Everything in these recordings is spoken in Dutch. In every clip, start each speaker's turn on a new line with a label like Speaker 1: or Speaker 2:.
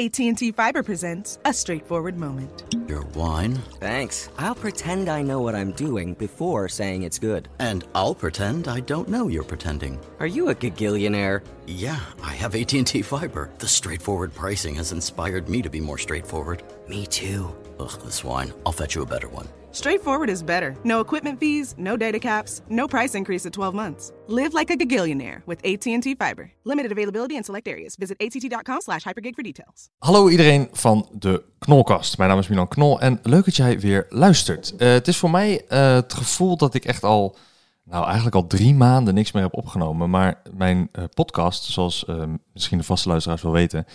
Speaker 1: AT&T Fiber presents a straightforward moment.
Speaker 2: Your wine,
Speaker 3: Thanks. I'll pretend I know what I'm doing before saying it's good.
Speaker 2: and I'll pretend I don't know you're pretending.
Speaker 3: Are you a gagillionaire?
Speaker 2: Yeah, I have AT&T Fiber. The straightforward pricing has inspired me to be more straightforward.
Speaker 3: Me too.
Speaker 2: Ugh, this wine. I'll fetch you a better one.
Speaker 1: Straightforward is better. No equipment fees, no data caps, no price increase at 12 months. Live like a gagillionaire with AT&T Fiber. Limited availability in select areas. Visit att.com slash hypergig for details.
Speaker 4: Hallo iedereen van de Knolkast. Mijn naam is Milan Knol en leuk dat jij weer luistert. Eh, het is voor mij eh, het gevoel dat ik echt al, nou eigenlijk al drie maanden niks meer heb opgenomen. Maar mijn eh, podcast, zoals eh, misschien de vaste luisteraars wel weten,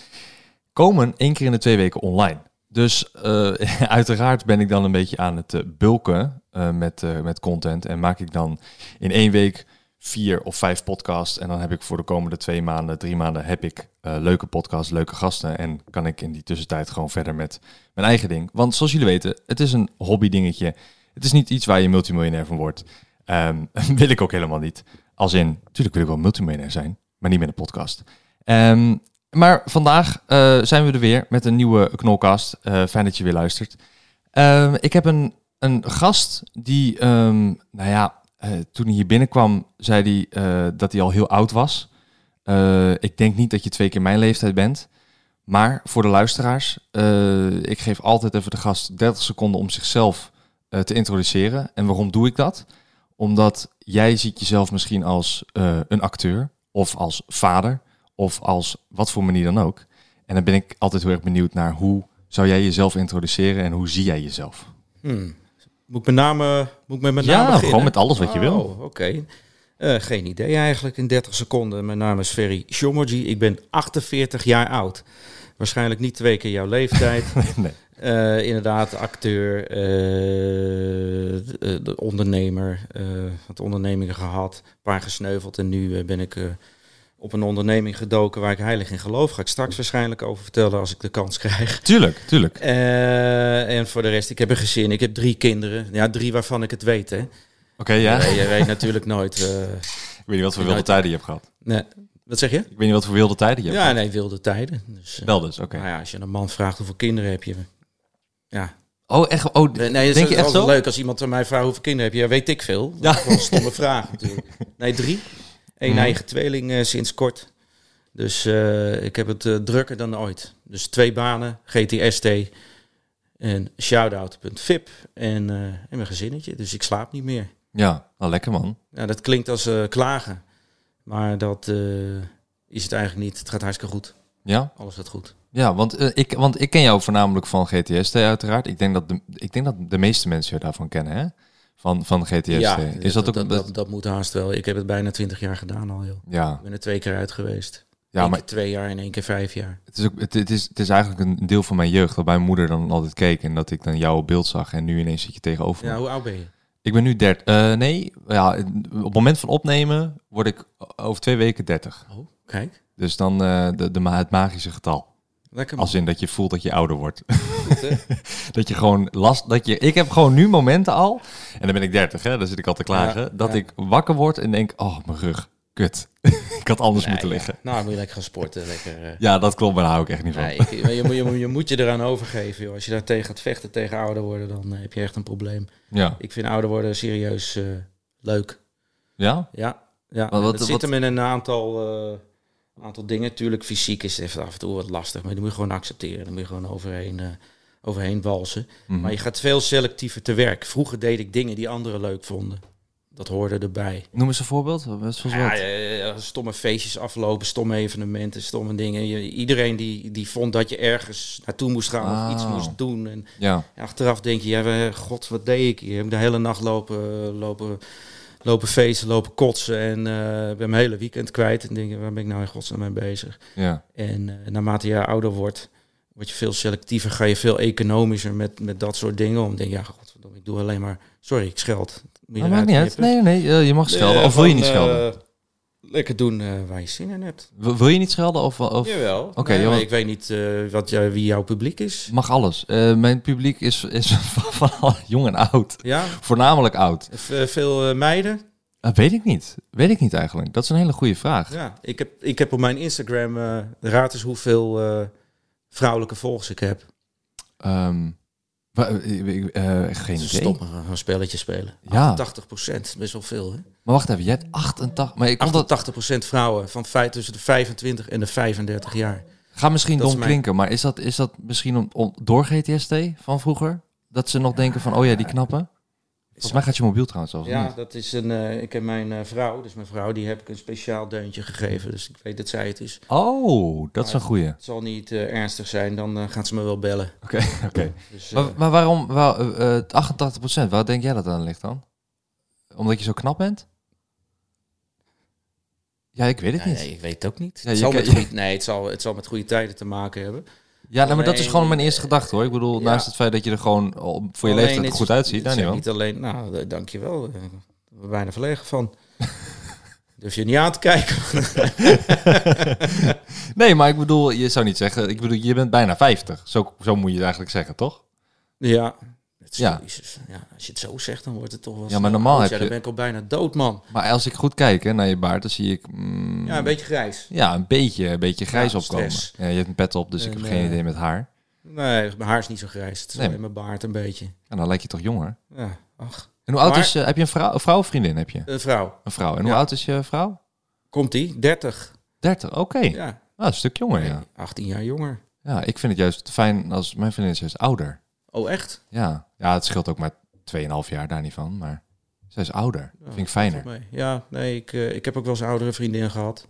Speaker 4: komen één keer in de twee weken online. Dus eh, uiteraard ben ik dan een beetje aan het eh, bulken eh, met, eh, met content. En maak ik dan in één week vier of vijf podcasts. En dan heb ik voor de komende twee maanden, drie maanden, heb ik eh, leuke podcasts, leuke gasten. En kan ik in die tussentijd gewoon verder met mijn eigen ding. Want zoals jullie weten, het is een hobby dingetje. Het is niet iets waar je multimiljonair van wordt. Ehm, wil ik ook helemaal niet. Als in, natuurlijk wil ik wel multimiljonair zijn, maar niet met een podcast. Ehm, maar vandaag eh, zijn we er weer met een nieuwe Knolcast. Eh, fijn dat je weer luistert. Ehm, ik heb een, een gast die, ehm, nou ja, eh, toen hij hier binnenkwam, zei hij eh, dat hij al heel oud was. Eh, ik denk niet dat je twee keer mijn leeftijd bent. Maar voor de luisteraars, eh, ik geef altijd even de gast 30 seconden om zichzelf eh, te introduceren. En waarom doe ik dat? Omdat jij ziet jezelf misschien als eh, een acteur, of als vader, of als wat voor manier dan ook. En dan ben ik altijd heel erg benieuwd naar hoe zou jij jezelf introduceren en hoe zie jij jezelf?
Speaker 5: Hmm. Moet ik met name, moet ik met mijn
Speaker 4: Ja,
Speaker 5: naam beginnen?
Speaker 4: gewoon met alles wat je wil.
Speaker 5: Oh, oké. Eh, geen idee eigenlijk in 30 seconden. Mijn naam is Ferry Shomorji. Ik ben 48 jaar oud. Waarschijnlijk niet twee keer jouw leeftijd.
Speaker 4: Nee.
Speaker 5: Eh, inderdaad, acteur, eh, de- eh, de ondernemer. eh had ondernemingen gehad, een paar gesneuveld. En nu eh, ben ik eh, op een onderneming gedoken waar ik heilig in geloof. Ga ik straks waarschijnlijk over vertellen als ik de kans krijg.
Speaker 4: Tuurlijk, tuurlijk.
Speaker 5: Eh, en voor de rest, ik heb een gezin. Ik heb drie kinderen. Ja, drie waarvan ik het weet, hè.
Speaker 4: Oké, ja.
Speaker 5: Nee, je weet natuurlijk nooit... eh,
Speaker 4: Ik weet niet wat voor wilde tijden je hebt gehad.
Speaker 5: nee. Wat zeg je?
Speaker 4: Ik weet niet wat voor wilde tijden je hebt
Speaker 5: Ja,
Speaker 4: gehad.
Speaker 5: nee, wilde tijden. Dus, eh,
Speaker 4: Wel dus, oké.
Speaker 5: nou ja, als je een man vraagt hoeveel kinderen heb je... Ja.
Speaker 4: Oh, echt? Oh,
Speaker 5: Eh, Nee, dat
Speaker 4: denk
Speaker 5: is
Speaker 4: je echt
Speaker 5: altijd
Speaker 4: zo?
Speaker 5: leuk als iemand aan mij vraagt hoeveel kinderen heb je. Ja, weet ik veel. Dat
Speaker 4: Ja. Mhm.
Speaker 5: is gewoon een stomme vraag natuurlijk. Nee, drie. Eén eigen tweeling eh, sinds kort. Dus eh, ik heb het eh, drukker dan ooit. Dus twee banen, GTST en shoutout.vip en, eh, en mijn gezinnetje. Dus ik slaap niet meer.
Speaker 4: Ja, nou lekker man.
Speaker 5: Ja, dat klinkt als eh, klagen. Maar dat eh, is het eigenlijk niet. Het gaat hartstikke goed.
Speaker 4: Ja,
Speaker 5: Alles gaat goed.
Speaker 4: ja want, eh, ik, want ik ken jou voornamelijk van GTST uiteraard. Ik denk dat de, ik denk dat de meeste mensen je daarvan kennen, hè? Van, van GTST. eh, is dat, ook...
Speaker 5: dat, dat, dat moet haast wel. Ik heb het bijna twintig jaar gedaan al, joh.
Speaker 4: ja,
Speaker 5: Ik ben er twee keer uit geweest.
Speaker 4: ja
Speaker 5: Eén
Speaker 4: maar
Speaker 5: keer twee jaar en één keer vijf jaar.
Speaker 4: het is, ook, het, het is, het is eigenlijk een deel van mijn jeugd dat mijn moeder dan altijd keek en dat ik dan jouw beeld zag en nu ineens zit je tegenover me.
Speaker 5: Ja, hoe oud ben je?
Speaker 4: Ik ben nu 30. Eh, nee, ja, op het moment van opnemen word ik over twee weken 30.
Speaker 5: Oh, kijk.
Speaker 4: Dus dan eh, de, de, ma- het magische getal.
Speaker 5: Lekker man.
Speaker 4: Als in dat je voelt dat je ouder wordt.
Speaker 5: hè?
Speaker 4: dat je gewoon last. Dat je, ik heb gewoon nu momenten al. En dan ben ik 30, hè, dan zit ik al te klagen.
Speaker 5: Ja,
Speaker 4: dat
Speaker 5: ja.
Speaker 4: ik wakker word en denk: oh, mijn rug. Kut. ik had anders moeten liggen.
Speaker 5: Nou, dan moet je lekker gaan sporten. Lekker, eh.
Speaker 4: Ja, dat klopt, maar daar hou ik echt niet van.
Speaker 5: Nee, ik- je, moet- je, moet- je moet je eraan overgeven. Joh. Als je daar tegen gaat vechten, tegen ouder worden, dan eh, heb je echt een probleem.
Speaker 4: Ja.
Speaker 5: Ik vind ouder worden serieus eh, leuk.
Speaker 4: ja?
Speaker 5: Ja, ja.
Speaker 4: Maar wat-
Speaker 5: het
Speaker 4: wat-
Speaker 5: zit hem in een aantal, eh, aantal dingen. Tuurlijk, fysiek is het even af en toe wat lastig, maar die moet je gewoon accepteren. Dan moet je gewoon overheen, eh, overheen walsen.
Speaker 4: Mhm.
Speaker 5: Maar je gaat veel selectiever te werk. Vroeger deed ik dingen die anderen leuk vonden. Dat hoorde erbij.
Speaker 4: Noem eens een voorbeeld. Wat- zoals
Speaker 5: Ja,
Speaker 4: wat?
Speaker 5: eh, stomme feestjes aflopen, stomme evenementen, stomme dingen. Je- iedereen die, die vond dat je ergens naartoe moest gaan of iets
Speaker 4: Ah.
Speaker 5: moest doen. En
Speaker 4: Ja.
Speaker 5: en Achteraf denk je, ja, we- god, wat deed ik hier? Heb ik de hele nacht lopen, eh, lopen, lopen feesten, lopen kotsen en eh ben mijn hele weekend kwijt. En denk je, waar ben ik nou in godsnaam mee bezig?
Speaker 4: ja.
Speaker 5: En eh, naarmate je ouder wordt, word je veel selectiever, ga je veel economischer met, met dat soort dingen om. Dan denk je, ja, god, ik doe alleen maar, sorry, ik scheld. Moet je
Speaker 4: Maar maakt
Speaker 5: eruit
Speaker 4: niet uit.
Speaker 5: knippen.
Speaker 4: Nee, nee, eh, je mag schelden.
Speaker 5: Eh,
Speaker 4: Of wil je
Speaker 5: van,
Speaker 4: niet schelden?
Speaker 5: eh, lekker doen eh, waar je zin in hebt.
Speaker 4: Wil wil je niet schelden? Of, eh, of...
Speaker 5: Jawel. Oké,
Speaker 4: Oké, joh.
Speaker 5: ik weet niet eh, wat, jou- wie jouw publiek is.
Speaker 4: Mag alles. Eh, mijn publiek is, is van, van al jong en oud.
Speaker 5: Ja,
Speaker 4: Voornamelijk oud.
Speaker 5: v- veel eh, meiden.
Speaker 4: Dat weet ik niet. Weet ik niet eigenlijk. Dat is een hele goede vraag.
Speaker 5: Ja, ik heb, ik heb op mijn Instagram, eh raad eens hoeveel eh, vrouwelijke volgers ik heb.
Speaker 4: Ehm, wa- eh, ik- eh, geen idee.
Speaker 5: Stop maar, we gaan een spelletje spelen.
Speaker 4: Ja.
Speaker 5: 80 procent, best wel veel hè.
Speaker 4: Maar wacht even, je hebt 88... Maar ik komt dat,
Speaker 5: 80 procent vrouwen van vij- tussen de 25 en de 35 jaar.
Speaker 4: gaat misschien
Speaker 5: dat is
Speaker 4: dom
Speaker 5: mijn-
Speaker 4: klinken, maar is dat, is dat misschien om, om- door GTST van vroeger? Dat ze nog denken van, oh ja, die knappen? Volgens mij gaat je mobiel trouwens al.
Speaker 5: Ja,
Speaker 4: Ja.
Speaker 5: dat is een. eh, ik heb mijn eh, vrouw, dus mijn vrouw, die heb ik een speciaal deuntje gegeven. Dus ik weet dat zij het is.
Speaker 4: Oh, dat is een goeie.
Speaker 5: Het zal niet eh, ernstig zijn, dan eh, gaat ze me wel bellen.
Speaker 4: Oké, oké.
Speaker 5: Dus, eh,
Speaker 4: Maar, maar waarom waar, eh, eh, 88%? Waar denk jij dat aan ligt dan? Omdat je zo knap bent? Ja, ik weet het
Speaker 5: ja,
Speaker 4: niet.
Speaker 5: nee, ik weet het ook niet.
Speaker 4: Ja,
Speaker 5: het
Speaker 4: je
Speaker 5: zal
Speaker 4: kan-
Speaker 5: met goeie- nee, het zal, het zal met goede tijden te maken hebben.
Speaker 4: Ja, nee, maar dat is
Speaker 5: Alleen,
Speaker 4: gewoon mijn eerste gedachte hoor. Ik bedoel,
Speaker 5: ja.
Speaker 4: naast het feit dat je er gewoon al voor je
Speaker 5: Alleen,
Speaker 4: leeftijd
Speaker 5: het
Speaker 4: goed
Speaker 5: is-
Speaker 4: uitziet,
Speaker 5: het
Speaker 4: daar
Speaker 5: zijn
Speaker 4: niet van.
Speaker 5: niet alleen, nou, eh, dankjewel. Eh, Ik ben bijna verlegen van. Durf je niet aan te kijken.
Speaker 4: Nee, maar ik bedoel, je zou niet zeggen, ik bedoel, je bent bijna 50. Zo, zo moet je het eigenlijk zeggen, toch?
Speaker 5: ja. Het is-
Speaker 4: Ja.
Speaker 5: Jezus, ja. Als je het zo zegt, dan wordt het toch wel...
Speaker 4: Ja, maar
Speaker 5: snel
Speaker 4: normaal
Speaker 5: oud.
Speaker 4: heb
Speaker 5: Ja,
Speaker 4: je-
Speaker 5: dan ben ik al bijna dood, man.
Speaker 4: Maar als ik goed kijk hè, naar je baard, dan zie ik mm,
Speaker 5: Ja, een beetje grijs.
Speaker 4: ja, een beetje, een beetje grijs
Speaker 5: Ja,
Speaker 4: opkomen.
Speaker 5: stress.
Speaker 4: Ja, je hebt een pet op, dus ik
Speaker 5: En,
Speaker 4: heb geen
Speaker 5: eh,
Speaker 4: idee met haar.
Speaker 5: Nee, mijn haar is niet zo grijs. Het is
Speaker 4: Nee.
Speaker 5: alleen mijn baard een beetje.
Speaker 4: En dan lijk je toch jonger?
Speaker 5: Ja, ach.
Speaker 4: En hoe oud
Speaker 5: Maar-
Speaker 4: is je? Heb je een vrouw, een vrouw of vriendin? Heb je
Speaker 5: Een vrouw.
Speaker 4: een vrouw? En hoe
Speaker 5: Ja.
Speaker 4: oud is je vrouw?
Speaker 5: Komt-ie? 30.
Speaker 4: 30, oké.
Speaker 5: Ja.
Speaker 4: Ah, een stuk jonger, ja.
Speaker 5: Nee, 18 jaar jonger.
Speaker 4: Ja, ik vind het juist fijn als mijn vriendin is juist ouder.
Speaker 5: Oh, echt?
Speaker 4: Ja, ja het scheelt ook maar 2,5 jaar daar niet van, maar zij is ouder. vind ik
Speaker 5: Valt
Speaker 4: fijner.
Speaker 5: mee. Ja, nee, ik, eh, ik heb ook wel eens oudere vriendinnen gehad.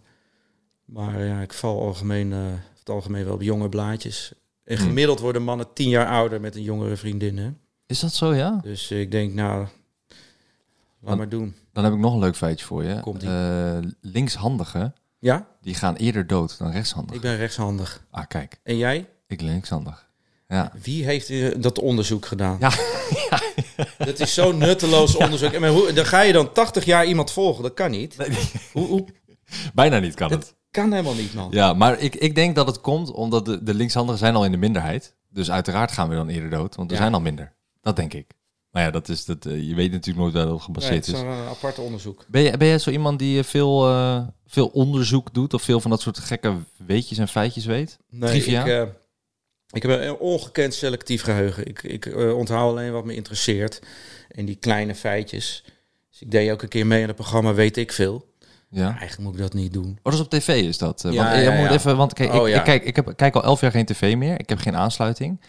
Speaker 5: Maar ja, ik val algemeen, eh, over het algemeen wel op jonge blaadjes. En
Speaker 4: Hm.
Speaker 5: gemiddeld worden mannen 10 jaar ouder met een jongere vriendin. Hè?
Speaker 4: Is dat zo, ja?
Speaker 5: Dus eh, ik denk, nou, laat
Speaker 4: Want-
Speaker 5: maar doen.
Speaker 4: Dan heb ik nog een leuk feitje voor je.
Speaker 5: Komt-ie.
Speaker 4: Eh, linkshandigen,
Speaker 5: Ja,
Speaker 4: die gaan eerder dood dan rechtshandigen.
Speaker 5: ik ben rechtshandig.
Speaker 4: Ah, kijk,
Speaker 5: En jij?
Speaker 4: ik ben linkshandig. Ja.
Speaker 5: Wie heeft eh, dat onderzoek gedaan?
Speaker 4: Ja.
Speaker 5: Dat is zo'n nutteloos onderzoek. En maar hoe, dan ga je dan 80 jaar iemand volgen. Dat kan niet. Hoe, hoe,
Speaker 4: Bijna niet kan
Speaker 5: dat
Speaker 4: het.
Speaker 5: kan helemaal niet, man.
Speaker 4: Ja, maar ik, ik denk dat het komt omdat de, de linkshandigen zijn al in de minderheid. Dus uiteraard gaan we dan eerder dood, want er
Speaker 5: Ja.
Speaker 4: zijn al minder. Dat denk ik. Maar ja, dat is, dat, eh, je weet natuurlijk nooit waar dat
Speaker 5: Nee,
Speaker 4: gebaseerd
Speaker 5: het is
Speaker 4: is.
Speaker 5: een eh, apart onderzoek.
Speaker 4: Ben jij, ben jij zo iemand die eh, veel, eh, veel onderzoek doet of veel van dat soort gekke weetjes en feitjes weet?
Speaker 5: Nee, ik,
Speaker 4: Trivia?
Speaker 5: eh, ik heb een ongekend selectief geheugen. Ik, ik eh, onthoud alleen wat me interesseert. En die kleine feitjes. Dus ik deed ook een keer mee aan het programma Weet ik veel.
Speaker 4: ja.
Speaker 5: Eigenlijk moet ik dat niet doen.
Speaker 4: Oh, dat is op tv is dat. eh,
Speaker 5: Ja,
Speaker 4: want, eh,
Speaker 5: ja,
Speaker 4: je moet
Speaker 5: ja.
Speaker 4: even, want kijk,
Speaker 5: Oh,
Speaker 4: ik,
Speaker 5: ja.
Speaker 4: ik kijk, ik heb, kijk al elf jaar geen tv meer. Ik heb geen aansluiting.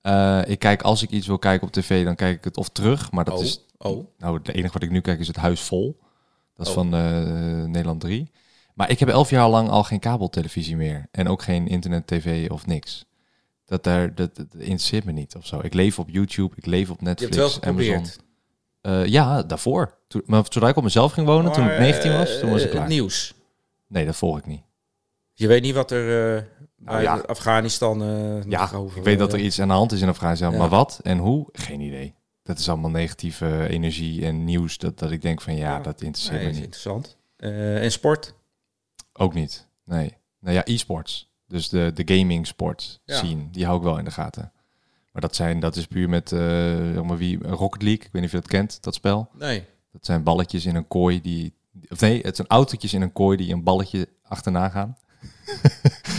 Speaker 4: Eh, ik kijk als ik iets wil kijken op tv, dan kijk ik het of terug. Maar dat
Speaker 5: oh,
Speaker 4: is.
Speaker 5: oh.
Speaker 4: Nou, het enige wat ik nu kijk is het Huis Vol. Dat is
Speaker 5: Oh.
Speaker 4: van eh, Nederland 3. Maar ik heb elf jaar lang al geen kabeltelevisie meer. En ook geen internet-tv of niks. Dat, daar, dat, dat interesseert me niet of zo. Ik leef op YouTube, ik leef op
Speaker 5: Je hebt
Speaker 4: Netflix,
Speaker 5: wel
Speaker 4: Amazon.
Speaker 5: geprobeerd.
Speaker 4: Eh, ja, daarvoor. Toen, maar zodra ik op mezelf ging wonen, toen ik
Speaker 5: Maar,
Speaker 4: 19 was,
Speaker 5: eh,
Speaker 4: toen was ik
Speaker 5: eh,
Speaker 4: klaar.
Speaker 5: Het nieuws.
Speaker 4: Nee, dat volg ik niet.
Speaker 5: Je weet niet wat er eh, bij
Speaker 4: Nou ja.
Speaker 5: Afghanistan... eh,
Speaker 4: Ja,
Speaker 5: nog over-
Speaker 4: ik weet dat er iets aan de hand is in Afghanistan,
Speaker 5: Ja.
Speaker 4: maar wat en hoe? Geen idee. Dat is allemaal negatieve energie en nieuws dat, dat ik denk van ja,
Speaker 5: Ja.
Speaker 4: dat
Speaker 5: Nee,
Speaker 4: interesseert
Speaker 5: dat is
Speaker 4: me niet.
Speaker 5: interessant. Eh, en sport?
Speaker 4: Ook niet. Nee. Nou ja, e-sports. Dus de, de gaming sports
Speaker 5: Ja.
Speaker 4: zien, die hou ik wel in de gaten. Maar dat zijn, dat is puur met eh, zeg maar wie, Rocket League. Ik weet niet of je dat kent, dat spel.
Speaker 5: Nee.
Speaker 4: Dat zijn balletjes in een kooi die, of nee, het zijn autootjes in een kooi die een balletje achterna gaan.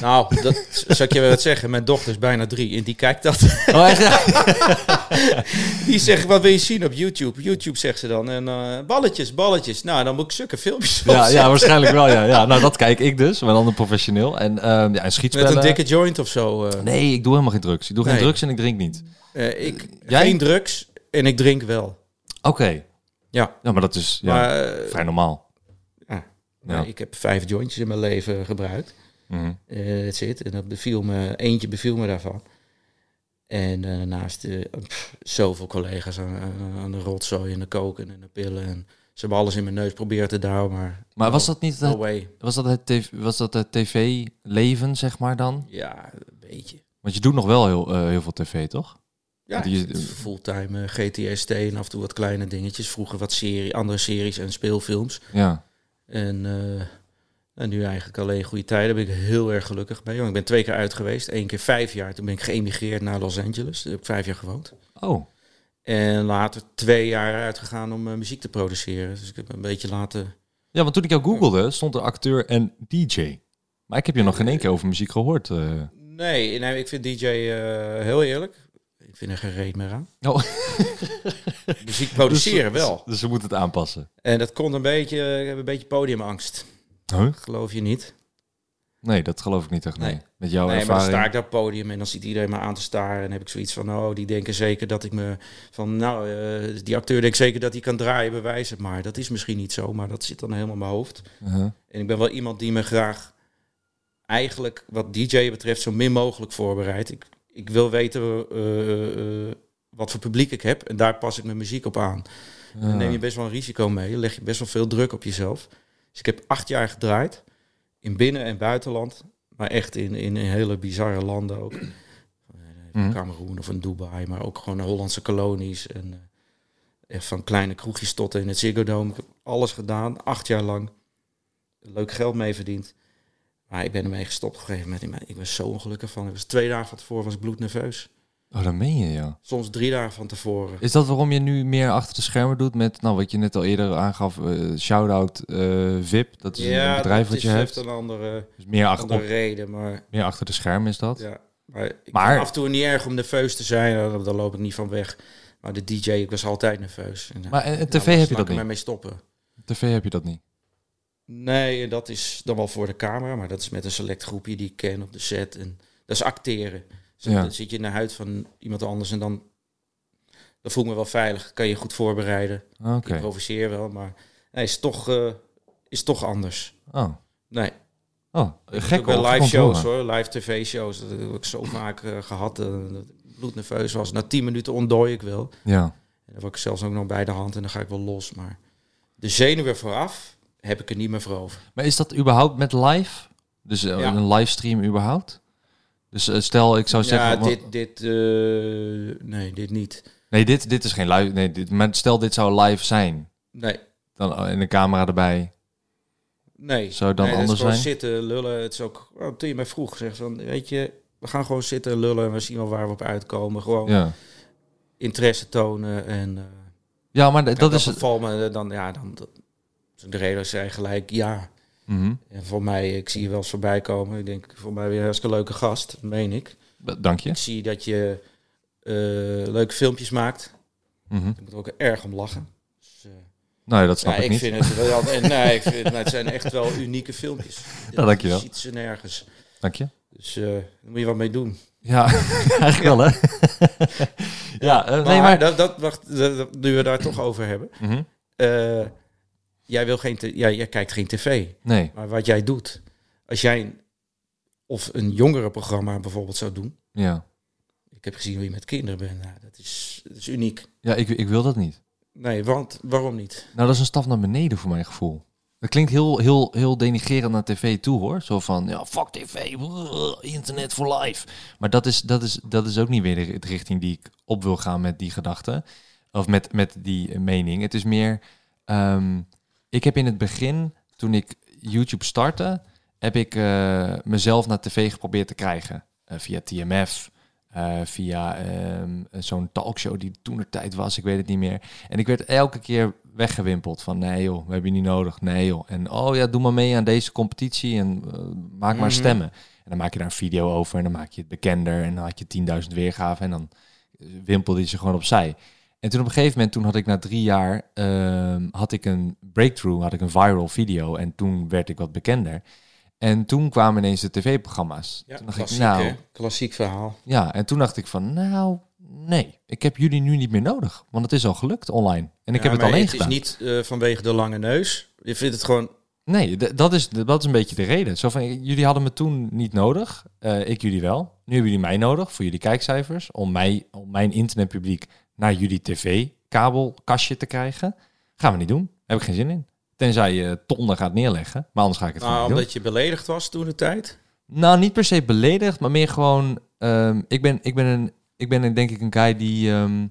Speaker 5: Nou, dat zou ik je wel wat zeggen. Mijn dochter is bijna drie en die kijkt dat.
Speaker 4: Oh, echt? Ja.
Speaker 5: Die zegt, wat wil je zien op YouTube? YouTube zegt ze dan. En eh, balletjes, balletjes. Nou, dan moet ik zulke filmpjes
Speaker 4: Ja,
Speaker 5: opzetten.
Speaker 4: ja, waarschijnlijk wel. Ja. ja, nou dat kijk ik dus, maar dan een professioneel. En, ehm ja, en
Speaker 5: Met
Speaker 4: schietspellen.
Speaker 5: een dikke joint of zo. eh.
Speaker 4: Nee, ik doe helemaal geen drugs. Ik doe geen
Speaker 5: Nee.
Speaker 4: drugs en ik drink niet.
Speaker 5: Eh, ik,
Speaker 4: jij?
Speaker 5: Geen drugs en ik drink wel.
Speaker 4: Oké.
Speaker 5: Ja.
Speaker 4: Ja, maar dat is ja,
Speaker 5: Maar eh,
Speaker 4: vrij normaal.
Speaker 5: nou,
Speaker 4: ja.
Speaker 5: ik heb vijf jointjes in mijn leven gebruikt.
Speaker 4: Mhm.
Speaker 5: Eh, het zit. En dat beviel me, eentje beviel me daarvan. En eh, naast eh, pff, zoveel collega's aan, aan- aan de rotzooi en de koken en de pillen. En ze hebben alles in mijn neus proberen te duwen, maar
Speaker 4: Maar was dat niet
Speaker 5: no
Speaker 4: het,
Speaker 5: way.
Speaker 4: was dat het, tv, was dat het tv-leven, zeg maar dan?
Speaker 5: Ja, een beetje.
Speaker 4: Want je doet nog wel heel, eh, heel veel tv, toch?
Speaker 5: Ja,
Speaker 4: Die-
Speaker 5: het is fulltime eh, GTST en af en toe wat kleine dingetjes. Vroeger wat serie, andere series en speelfilms.
Speaker 4: Ja.
Speaker 5: En, eh, en nu eigenlijk alleen goede tijden. Daar ben ik heel erg gelukkig mee. Want ik ben twee keer uit geweest. Eén keer vijf jaar. Toen ben ik geëmigreerd naar Los Angeles. Daar heb ik vijf jaar gewoond.
Speaker 4: Oh,
Speaker 5: En later twee jaar uitgegaan om eh, muziek te produceren. Dus ik heb een beetje laten...
Speaker 4: ja, want toen ik jou googelde, stond er acteur en DJ. Maar ik heb je nog geen één keer over muziek gehoord. eh.
Speaker 5: Nee, nee, ik vind DJ eh, heel eerlijk. Ik vind er geen reet meer aan.
Speaker 4: Oh.
Speaker 5: Muziek dus- produceren
Speaker 4: Dus-
Speaker 5: wel.
Speaker 4: Dus ze moeten het aanpassen.
Speaker 5: En dat komt een beetje, eh, ik heb een beetje podiumangst.
Speaker 4: Huh?
Speaker 5: Geloof je niet?
Speaker 4: Nee, dat geloof ik niet echt. Nee.
Speaker 5: Nee.
Speaker 4: Met jouw
Speaker 5: nee, maar dan
Speaker 4: ervaring.
Speaker 5: sta ik daar op het podium en dan ziet iedereen me aan te staren. En heb ik zoiets van, oh, die denken zeker dat ik me... Van, nou, eh, die acteur denkt zeker dat hij kan draaien, bewijzen. Maar dat is misschien niet zo, maar dat zit dan helemaal in mijn hoofd.
Speaker 4: Uh-huh.
Speaker 5: En ik ben wel iemand die me graag eigenlijk wat DJ betreft zo min mogelijk voorbereidt. Ik, ik wil weten eh, eh, wat voor publiek ik heb en daar pas ik mijn muziek op aan.
Speaker 4: Ah.
Speaker 5: Dan neem je best wel een risico mee, leg je best wel veel druk op jezelf. Dus ik heb acht jaar gedraaid, in binnen- en buitenland, maar echt in, in, in hele bizarre landen ook. Eh,
Speaker 4: Mhm.
Speaker 5: Cameroen of in Dubai, maar ook gewoon Hollandse kolonies. En eh, echt van kleine kroegjes tot in het Ziggo Dome. Ik heb alles gedaan, acht jaar lang. Leuk geld mee verdiend. Maar ik ben ermee gestopt op een gegeven moment. Ik was zo ongelukkig van. Ik was twee dagen van tevoren was ik bloednerveus.
Speaker 4: Oh, dat meen je, ja.
Speaker 5: Soms drie dagen van tevoren.
Speaker 4: Is dat waarom je nu meer achter de schermen doet met, nou, wat je net al eerder aangaf, eh shout-out eh, VIP, dat is een bedrijf
Speaker 5: dat
Speaker 4: wat je
Speaker 5: is-
Speaker 4: hebt.
Speaker 5: heeft een andere,
Speaker 4: Dus meer, ach-
Speaker 5: andere
Speaker 4: op-
Speaker 5: reden, maar
Speaker 4: meer achter de schermen is dat?
Speaker 5: ja. Maar ik
Speaker 4: Maar-
Speaker 5: vind af en toe niet erg om nerveus te zijn, daar, daar loop ik niet van weg. Maar de DJ, ik was altijd nerveus. En,
Speaker 4: Maar en, en
Speaker 5: ja,
Speaker 4: tv heb je dat
Speaker 5: laat ik ermee
Speaker 4: niet?
Speaker 5: mee stoppen.
Speaker 4: TV heb je dat niet?
Speaker 5: Nee, en dat is dan wel voor de camera, maar dat is met een select groepje die ik ken op de set. En dat is acteren. Dus
Speaker 4: Ja.
Speaker 5: Dan zit je in de huid van iemand anders en dan, dan voel ik me wel veilig. Kan je goed voorbereiden.
Speaker 4: Oké.
Speaker 5: Ik improviseer wel, maar nee, is, toch, eh, is toch anders.
Speaker 4: Oh.
Speaker 5: Nee,
Speaker 4: Oh,
Speaker 5: Gek
Speaker 4: gek
Speaker 5: bij
Speaker 4: hoor,
Speaker 5: live
Speaker 4: gewoon
Speaker 5: shows
Speaker 4: door.
Speaker 5: hoor, live tv-shows. Dat heb ik zo vaak eh, gehad. eh, dat ik bloednerveus was. Na 10 minuten ontdooi ik wel.
Speaker 4: Ja.
Speaker 5: En dan word ik zelfs ook nog bij de hand en dan ga ik wel los. Maar de zenuwen vooraf heb ik er niet meer voor over.
Speaker 4: Maar is dat überhaupt met live? Dus eh,
Speaker 5: Ja.
Speaker 4: een livestream überhaupt? Dus eh, stel, ik zou zeggen...
Speaker 5: ja,
Speaker 4: wa-
Speaker 5: dit, dit, eh, nee, dit niet.
Speaker 4: Nee, dit, dit is geen live... Nee, dit, maar stel, dit zou live zijn.
Speaker 5: Nee,
Speaker 4: Dan eh, in de camera erbij.
Speaker 5: nee.
Speaker 4: Zou het dan
Speaker 5: nee,
Speaker 4: anders
Speaker 5: het is gewoon
Speaker 4: zijn?
Speaker 5: zitten, lullen. Het is ook, oh, toen je mij vroeg, zeg van, weet je, we gaan gewoon zitten lullen en we zien wel waar we op uitkomen. Gewoon
Speaker 4: Ja,
Speaker 5: interesse tonen en... eh,
Speaker 4: ja maar d-
Speaker 5: Kijk,
Speaker 4: dat is...
Speaker 5: dat beval me dan, ja, dan, dat- de redenen zei gelijk ja.
Speaker 4: Mhm.
Speaker 5: En voor mij, ik zie je wel eens voorbij komen. Ik denk, voor mij weer een hartstikke leuke gast, dat meen ik.
Speaker 4: D- Dank je.
Speaker 5: Ik zie dat je eh, leuke filmpjes maakt.
Speaker 4: Mhm.
Speaker 5: Ik moet er ook erg om lachen. Dus, eh,
Speaker 4: Nee, dat snap
Speaker 5: ja,
Speaker 4: ik,
Speaker 5: ik
Speaker 4: niet.
Speaker 5: vind het wel. En, nee, ik vind, nou, het zijn echt wel unieke filmpjes.
Speaker 4: Nou, dankjewel.
Speaker 5: Je ziet ze nergens.
Speaker 4: Dank je.
Speaker 5: Dus eh, daar moet je wat mee doen.
Speaker 4: Ja, eigenlijk wel, hè? ja, eh, nee,
Speaker 5: maar,
Speaker 4: maar...
Speaker 5: dat, dat, wacht, dat, dat- nu we het daar toch over hebben.
Speaker 4: Mhm.
Speaker 5: Eh, jij, wil geen te- jij, jij kijkt geen tv.
Speaker 4: Nee,
Speaker 5: Maar wat jij doet, als jij een, of een jongerenprogramma bijvoorbeeld zou doen.
Speaker 4: ja.
Speaker 5: Ik heb gezien hoe je met kinderen bent. Nou, dat, is, dat is uniek.
Speaker 4: Ja, ik, ik wil dat niet.
Speaker 5: Nee, want waarom niet?
Speaker 4: Nou, dat is een stap naar beneden voor mijn gevoel. Dat klinkt heel, heel, heel denigrerend naar tv toe, hoor. Zo van, ja, fuck tv, brrr, internet for life. Maar dat is, dat, is, dat is ook niet weer de richting die ik op wil gaan met die gedachte. Of met, met die mening. Het is meer... ehm, ik heb in het begin, toen ik YouTube startte... heb ik eh, mezelf naar tv geprobeerd te krijgen. Eh, via TMF, eh, via ehm, zo'n talkshow die toen de tijd was, ik weet het niet meer. En ik werd elke keer weggewimpeld van nee joh, we hebben je niet nodig, nee joh. En oh ja, doe maar mee aan deze competitie en eh, maak maar stemmen. En dan maak je daar een video over en dan maak je het bekender en dan had je 10.000 weergaven en dan eh, wimpelde je ze gewoon opzij. En toen op een gegeven moment, toen had ik na drie jaar, ehm, had ik een breakthrough, had ik een viral video en toen werd ik wat bekender. En toen kwamen ineens de tv-programma's. toen dacht ik,
Speaker 5: klassiek,
Speaker 4: nou,
Speaker 5: hè? klassiek verhaal.
Speaker 4: ja, en toen dacht ik van, nou, nee, ik heb jullie nu niet meer nodig, want het is al gelukt online. En ik
Speaker 5: Ja,
Speaker 4: heb het
Speaker 5: maar
Speaker 4: alleen
Speaker 5: het
Speaker 4: gedaan.
Speaker 5: is niet eh, vanwege de lange neus. Je vindt het gewoon...
Speaker 4: Nee, d- dat is, dat is een beetje de reden. Zo van, jullie hadden me toen niet nodig, eh, ik jullie wel. Nu hebben jullie mij nodig voor jullie kijkcijfers, om, mij, om mijn internetpubliek naar jullie tv-kabelkastje te krijgen. Gaan we niet doen, heb ik geen zin in. Tenzij je tonnen gaat neerleggen, maar anders ga ik het gewoon
Speaker 5: Nou,
Speaker 4: niet doen.
Speaker 5: omdat je beledigd was toen de tijd.
Speaker 4: Nou, niet per se beledigd, maar meer gewoon. ehm, ik, ben, ik, ben een, ik ben een, denk ik een guy die. ehm,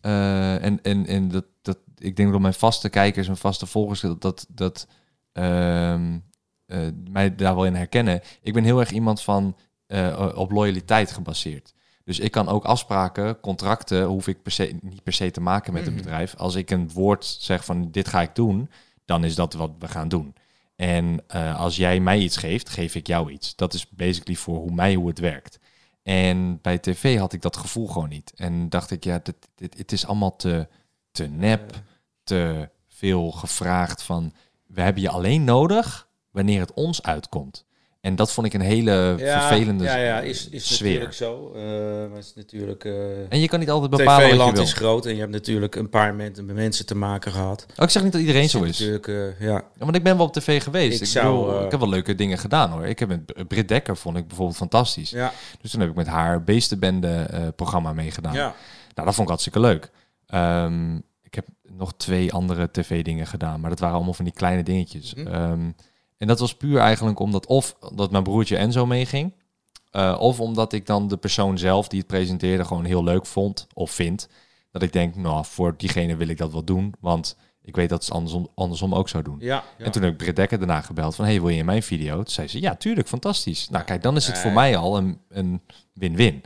Speaker 4: eh, en en, en dat, dat, ik denk dat mijn vaste kijkers en vaste volgers dat, dat, dat ehm, eh, mij daar wel in herkennen. Ik ben heel erg iemand van eh, op loyaliteit gebaseerd. Dus ik kan ook afspraken, contracten, hoef ik per se, niet per se te maken met een bedrijf. Als ik een woord zeg van dit ga ik doen, dan is dat wat we gaan doen. En eh, als jij mij iets geeft, geef ik jou iets. Dat is basically voor hoe mij hoe het werkt. En bij tv had ik dat gevoel gewoon niet. En dacht ik, ja, dit, dit, het is allemaal te, te nep, te veel gevraagd van... we hebben je alleen nodig wanneer het ons uitkomt. En dat vond ik een hele vervelende
Speaker 5: ja, ja, is, is
Speaker 4: sfeer.
Speaker 5: natuurlijk zo. Eh, maar het is natuurlijk... eh,
Speaker 4: En je kan niet altijd bepalen wat je
Speaker 5: TV-land
Speaker 4: wil.
Speaker 5: is groot en je hebt natuurlijk een paar met, met mensen te maken gehad. Dus
Speaker 4: Oh, ik zeg niet dat iedereen zo is.
Speaker 5: Natuurlijk, eh, ja.
Speaker 4: Ja, want ik ben wel op tv geweest.
Speaker 5: Ik
Speaker 4: Ik,
Speaker 5: zou,
Speaker 4: bedoel,
Speaker 5: eh,
Speaker 4: ik heb wel leuke dingen gedaan hoor. Ik heb met Britt Dekker vond ik bijvoorbeeld fantastisch.
Speaker 5: Ja,
Speaker 4: Dus toen heb ik met haar Beestenbende eh, programma meegedaan.
Speaker 5: ja.
Speaker 4: Nou, dat vond ik hartstikke leuk. Ehm, ik heb nog twee andere tv-dingen gedaan, maar dat waren allemaal van die kleine dingetjes.
Speaker 5: Mhm.
Speaker 4: Ehm, en dat was puur eigenlijk omdat of dat mijn broertje Enzo meeging, eh, of omdat ik dan de persoon zelf die het presenteerde gewoon heel leuk vond of vind. Dat ik denk, nou, voor diegene wil ik dat wel doen, want ik weet dat ze het andersom, andersom ook zou doen.
Speaker 5: ja, ja.
Speaker 4: En toen heb ik Britt Dekker daarna gebeld van... hey, wil je in mijn video? Toen zei ze, ja, tuurlijk, fantastisch. Nou, kijk, dan is het voor
Speaker 5: Nee.
Speaker 4: mij al een een win-win.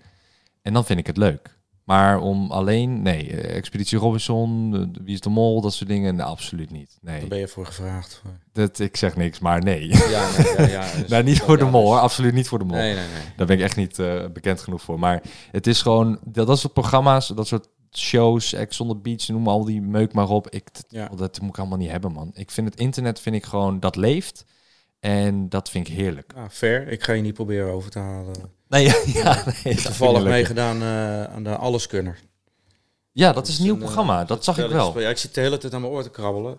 Speaker 4: en dan vind ik het leuk. Maar om alleen... Nee, eh, Expeditie Robinson, eh, Wie is de Mol, dat soort dingen... nou, absoluut niet. Nee,
Speaker 5: Daar ben je voor gevraagd.
Speaker 4: dat, ik zeg niks, maar nee.
Speaker 5: Ja, nee, ja, ja. dus-
Speaker 4: nou, niet voor de
Speaker 5: ja,
Speaker 4: Mol,
Speaker 5: dus-
Speaker 4: hoor. Absoluut niet voor de Mol.
Speaker 5: Nee, nee, nee.
Speaker 4: Daar ben ik echt niet eh, bekend genoeg voor. Maar het is gewoon... Dat, dat soort programma's, dat soort shows... Ex on the Beach, noem al die meuk maar op. Ik,
Speaker 5: Ja.
Speaker 4: Dat moet ik allemaal niet hebben, man. Ik vind het internet, vind ik gewoon... Dat leeft... En dat vind ik heerlijk.
Speaker 5: Ah, fair. Ik ga je niet proberen over te halen.
Speaker 4: Nee, ja, ja, nee, dat
Speaker 5: Toevallig
Speaker 4: vind ik lekker.
Speaker 5: meegedaan eh, aan de Alleskunner.
Speaker 4: Ja, dat is een nieuw
Speaker 5: eh,
Speaker 4: programma. Dat zag ik wel.
Speaker 5: spel. Ja, ik zit de hele tijd aan mijn oor te krabbelen.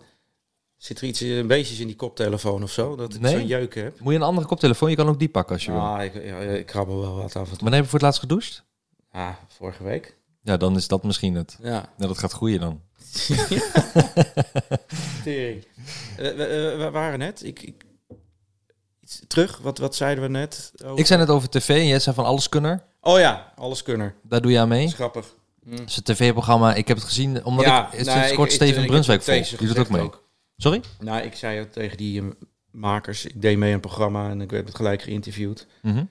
Speaker 5: Zit er iets, een beestjes in die koptelefoon of zo? Dat ik
Speaker 4: Nee.
Speaker 5: zo'n jeuk heb.
Speaker 4: Moet je een andere koptelefoon? Je kan ook die pakken als je wil.
Speaker 5: Ah, ik, ja, ik krabbel wel wat af en toe.
Speaker 4: Wanneer heb je voor het laatst gedoucht?
Speaker 5: Ah, vorige week.
Speaker 4: Ja, dan is dat misschien het.
Speaker 5: Ja.
Speaker 4: Nou, dat gaat groeien dan.
Speaker 5: Tering. Eh, we, eh, we waren net. Ik, ik, iets terug, wat, wat zeiden we net? over-
Speaker 4: Ik zei net over tv en jij zei van alleskunner.
Speaker 5: Oh ja, alleskunner.
Speaker 4: Daar doe jij aan mee.
Speaker 5: Dat is grappig.
Speaker 4: Het is een tv-programma. Ik heb het gezien omdat
Speaker 5: ja,
Speaker 4: ik sinds
Speaker 5: nou,
Speaker 4: kort
Speaker 5: ik- ik-
Speaker 4: Steven
Speaker 5: ik
Speaker 4: Brunswijk
Speaker 5: heb het
Speaker 4: volg.
Speaker 5: deze
Speaker 4: Die doet ook
Speaker 5: gezegd
Speaker 4: mee. Sorry?
Speaker 5: Nou, ik zei het tegen die eh, makers. Ik deed mee aan het programma en ik werd gelijk geïnterviewd.
Speaker 4: Mhm.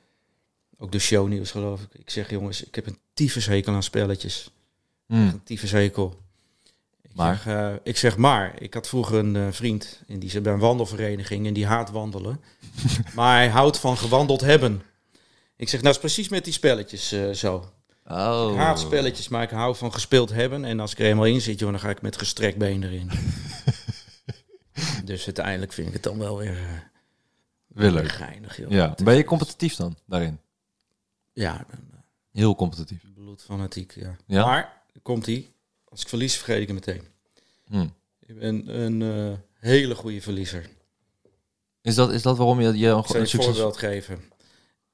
Speaker 5: Ook de shownieuws geloof ik. Ik zeg jongens, ik heb een tyfushekel aan spelletjes.
Speaker 4: Mm.
Speaker 5: Een tyfushekel. Ik,
Speaker 4: Maar?
Speaker 5: zeg, eh, ik zeg maar, ik had vroeger een eh, vriend en die zit bij een wandelvereniging en die haat wandelen. maar hij houdt van gewandeld hebben. Ik zeg, nou is precies met die spelletjes eh, zo.
Speaker 4: Oh.
Speaker 5: Ik haat spelletjes, maar ik hou van gespeeld hebben. En als ik er helemaal in zit, joh, dan ga ik met gestrekt been erin. dus uiteindelijk vind ik het dan wel weer, eh,
Speaker 4: Weer
Speaker 5: weer
Speaker 4: leuk.
Speaker 5: geinig. Joh.
Speaker 4: Ja. Ben je competitief dan daarin?
Speaker 5: Ja, ik ben
Speaker 4: Heel competitief.
Speaker 5: bloedfanatiek. Ja.
Speaker 4: Ja?
Speaker 5: Maar, komt ie. Als ik verlies, vergeet ik het meteen.
Speaker 4: Mm.
Speaker 5: Ik ben een eh, hele goede verliezer.
Speaker 4: Is, dat, is dat waarom je, je een,
Speaker 5: Ik zal je
Speaker 4: een
Speaker 5: een
Speaker 4: succes...
Speaker 5: voorbeeld geven.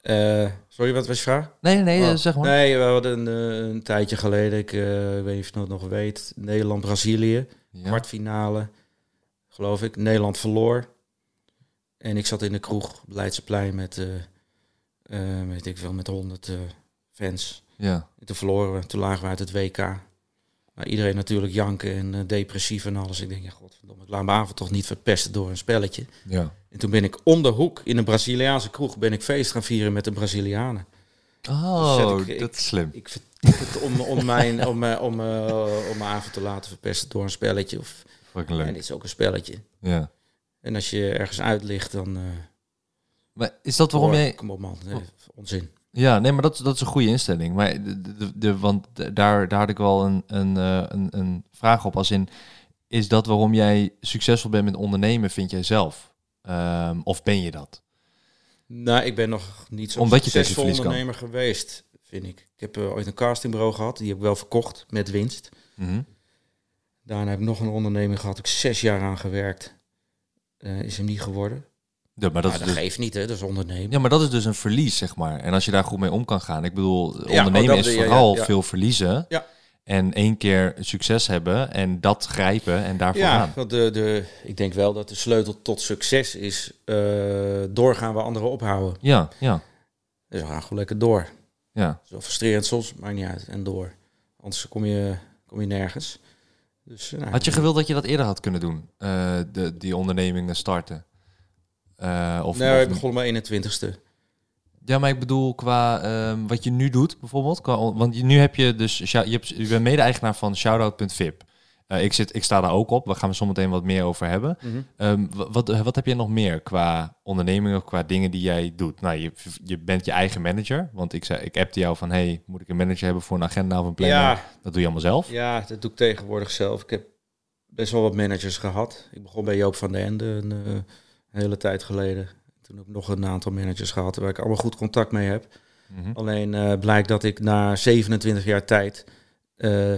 Speaker 5: Eh, sorry, wat was je vraag?
Speaker 4: Nee, nee, nee,
Speaker 5: Oh.
Speaker 4: eh, zeg maar.
Speaker 5: Nee, we hadden eh, een tijdje geleden, ik eh, weet niet of je het nog weet, Nederland-Brazilië.
Speaker 4: Ja.
Speaker 5: kwartfinale, geloof ik. Nederland verloor. En ik zat in de kroeg op Leidseplein met, eh eh, weet ik veel, met honderd eh, fans.
Speaker 4: Ja.
Speaker 5: En toen verloren we. Toen lagen we uit het WK. Nou, iedereen natuurlijk janken en eh, depressief en alles. Ik denk, ja, godverdomme, ik laat mijn avond toch niet verpesten door een spelletje.
Speaker 4: ja.
Speaker 5: En toen ben ik om de hoek in een Braziliaanse kroeg ben ik feest gaan vieren met de Brazilianen.
Speaker 4: Oh,
Speaker 5: ik- ik-
Speaker 4: dat is slim.
Speaker 5: Ik vertik het om, om, mijn, om, eh, om, eh, om mijn avond te laten verpesten door een spelletje. Of,
Speaker 4: Fucking
Speaker 5: en
Speaker 4: leuk.
Speaker 5: dit is ook een spelletje.
Speaker 4: Ja.
Speaker 5: En als je ergens uit ligt, dan... eh,
Speaker 4: Maar is dat waarom
Speaker 5: hoor,
Speaker 4: jij...
Speaker 5: Kom op man, Nee, onzin.
Speaker 4: Ja, nee, maar dat, dat is een goede instelling. Maar de, de, de- want d- daar, daar had ik wel een, een, eh, een, een vraag op. Als in, is dat waarom jij succesvol bent met ondernemen, vind jij zelf? Ehm, of ben je dat?
Speaker 5: Nou, ik ben nog niet zo'n
Speaker 4: Omdat je tegen
Speaker 5: succesvol
Speaker 4: verlies kan.
Speaker 5: ondernemer geweest, vind ik. Ik heb eh, ooit een castingbureau gehad, die heb ik wel verkocht met winst.
Speaker 4: Mhm.
Speaker 5: Daarna heb ik nog een onderneming gehad, heb ik zes jaar aan gewerkt. Eh, is hem niet geworden.
Speaker 4: Ja, maar dat
Speaker 5: Dat,
Speaker 4: is
Speaker 5: dat
Speaker 4: dus,
Speaker 5: geeft niet, hè? dat is ondernemen.
Speaker 4: ja, maar dat is dus een verlies, zeg maar. En als je daar goed mee om kan gaan. Ik bedoel, ondernemen
Speaker 5: oh,
Speaker 4: is
Speaker 5: dat bedoel je,
Speaker 4: vooral
Speaker 5: ja, ja.
Speaker 4: veel verliezen.
Speaker 5: Ja.
Speaker 4: En één keer succes hebben en dat grijpen en daarvoor
Speaker 5: Ja,
Speaker 4: gaan.
Speaker 5: want de, de, ik denk wel dat de sleutel tot succes is eh, doorgaan waar anderen ophouden.
Speaker 4: Ja, ja,
Speaker 5: Dus we gaan gewoon lekker door.
Speaker 4: ja.
Speaker 5: Zo frustrerend soms, maakt niet uit. En door. Anders kom je, kom je nergens. Dus, eh, nou,
Speaker 4: Had je gewild dat je dat eerder had kunnen doen? eh, de, die ondernemingen starten? Eh, of,
Speaker 5: Nee, ik
Speaker 4: of
Speaker 5: begon mijn 21ste.
Speaker 4: Ja, maar ik bedoel qua ehm, wat je nu doet bijvoorbeeld. Qua, on- want je, nu heb je dus, sha- je, hebt, je bent mede-eigenaar van shoutout.vip. Eh, ik, zit, ik sta daar ook op. We gaan er zometeen wat meer over hebben.
Speaker 5: Mhm.
Speaker 4: Ehm, wa- wat, wat heb je nog meer qua ondernemingen of qua dingen die jij doet? Nou, je, je bent je eigen manager. Want ik, zei, ik appte jou van, hey, moet ik een manager hebben voor een agenda of een planner?
Speaker 5: Ja.
Speaker 4: Dat doe je allemaal zelf.
Speaker 5: Ja, dat doe ik tegenwoordig zelf. Ik heb best wel wat managers gehad. Ik begon bij Joop van den Ende een, eh, een hele tijd geleden. Toen heb ik nog een aantal managers gehad waar ik allemaal goed contact mee heb.
Speaker 4: Mhm.
Speaker 5: Alleen eh, blijkt dat ik na 27 jaar tijd eh,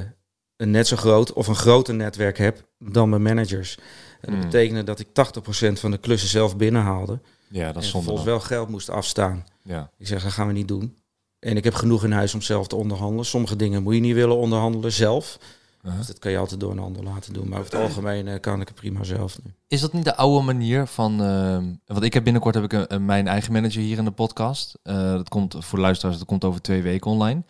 Speaker 5: een net zo groot of een groter netwerk heb dan mijn managers. En dat
Speaker 4: Hmm.
Speaker 5: betekende dat ik 80% van de klussen zelf binnenhaalde.
Speaker 4: Ja, dat
Speaker 5: en
Speaker 4: is zonde. dan.
Speaker 5: vervolgens wel geld moest afstaan.
Speaker 4: Ja.
Speaker 5: Ik zeg, dat gaan we niet doen. En ik heb genoeg in huis om zelf te onderhandelen. Sommige dingen moet je niet willen onderhandelen zelf.
Speaker 4: Uh-huh.
Speaker 5: Dus dat kan je altijd door een ander laten doen. Maar over het algemeen eh, kan ik het prima zelf nu.
Speaker 4: Is dat niet de oude manier van... ehm, want ik heb binnenkort heb ik een, een- mijn eigen manager hier in de podcast. Eh, dat komt voor de luisteraars, dat komt over twee weken online.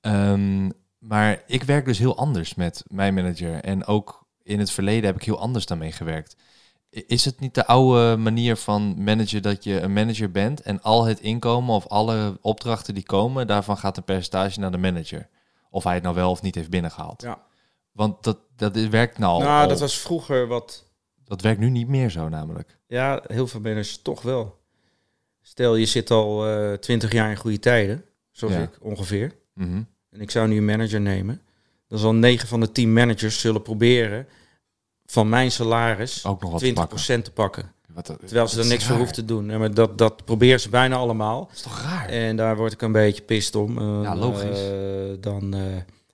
Speaker 4: Ehm, maar ik werk dus heel anders met mijn manager. En ook in het verleden heb ik heel anders daarmee gewerkt. I- Is het niet de oude manier van manager dat je een manager bent... en al het inkomen of alle opdrachten die komen... daarvan gaat een percentage naar de manager? Of hij het nou wel of niet heeft binnengehaald.
Speaker 5: Ja.
Speaker 4: Want dat, dat is- werkt nou al.
Speaker 5: nou, dat was vroeger wat...
Speaker 4: dat werkt nu niet meer zo namelijk.
Speaker 5: Ja, heel veel managers toch wel. Stel, je zit al eh, twintig jaar in goede tijden. Zoals
Speaker 4: Ja.
Speaker 5: ik ongeveer.
Speaker 4: Mhm.
Speaker 5: En ik zou nu een manager nemen. Dan zal 9 van de 10 managers zullen proberen van mijn salaris 20%
Speaker 4: Ook nog wat te pakken.
Speaker 5: te pakken.
Speaker 4: Wat, dat-
Speaker 5: Terwijl ze
Speaker 4: dat
Speaker 5: er
Speaker 4: is
Speaker 5: niks voor
Speaker 4: raar.
Speaker 5: hoeven te doen. Ja, maar dat, dat proberen ze bijna allemaal.
Speaker 4: Dat is toch raar?
Speaker 5: En daar word ik een beetje pist om. Eh,
Speaker 4: Ja, logisch.
Speaker 5: eh, dan eh